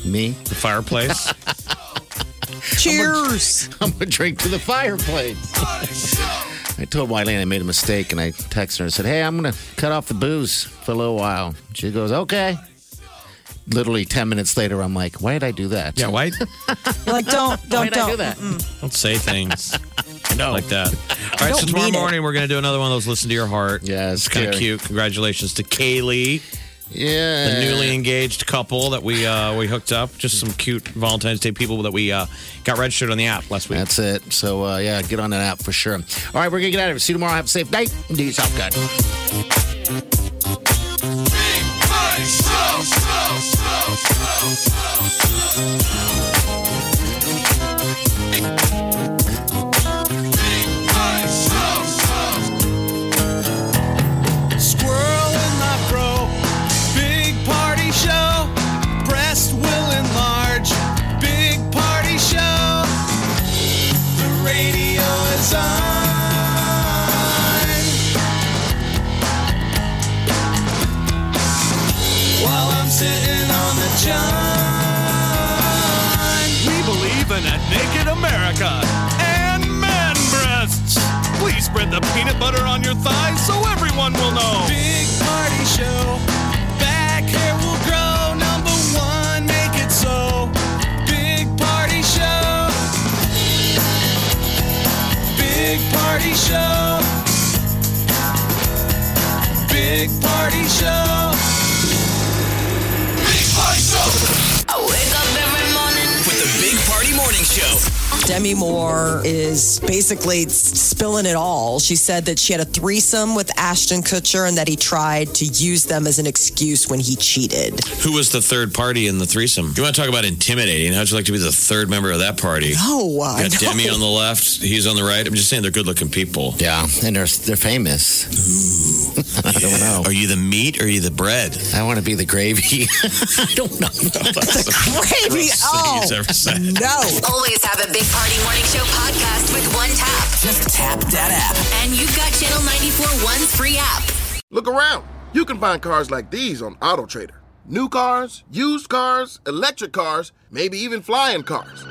Me? The [LAUGHS] fireplace. Cheers. I'm gonna drink to the fireplace. [LAUGHS] I told Wileen I made a mistake, and I texted her and said, "Hey, I'm gonna cut off the booze for a little while." She goes, "Okay." Literally ten minutes later, I'm like, "Why did I do that?" [LAUGHS] yeah, why? You're Why like, don't, don't, did I do don't. that? Don't [LAUGHS] say things like that. All right, so don't tomorrow mean it. morning we're going to do another one of those. Listen to your heart. Yeah, it's it's kind of scary. cute. Congratulations to Kaylee. Yeah, the newly engaged couple that we uh, we hooked up. Just some cute Valentine's Day people that we uh, got registered on the app last week. That's it. So uh, yeah, get on that app for sure. All right, we're gonna get out of here. See you tomorrow. Have a safe night. Do yourself good. Squirrel in my bro. Big party show. Breast will enlarge. Big party show. The radio is on. While I'm sitting on the john. We believe in a naked America and man breasts. Please spread the peanut butter on your thighs so everyone will know. Big party show. Back hair will grow. Number one, make it so. Big party show. Big party show. Big party show. Big party show. I wake up every morning. With the Big Party Morning Show. Demi Moore is basically s- spilling it all. She said that she had a threesome with Ashton Kutcher and that he tried to use them as an excuse when he cheated. Who was the third party in the threesome? You want to talk about intimidating? How'd you like to be the third member of that party? No, I You got know. Demi on the left, he's on the right. I'm just saying they're good looking people. Yeah, and they're they're famous. I don't know. Are you the meat or are you the bread? I want to be the gravy. [LAUGHS] I don't know. the gravy. thing he's [LAUGHS] ever said. No. Always have a Big Party Morning Show podcast with one tap. Just tap that app. And you've got Channel 94.1's free app. Look around. You can find cars like these on AutoTrader. New cars, used cars, electric cars, maybe even flying cars.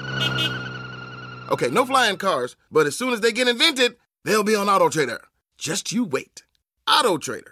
Okay, no flying cars, but as soon as they get invented, they'll be on AutoTrader. Just you wait. AutoTrader.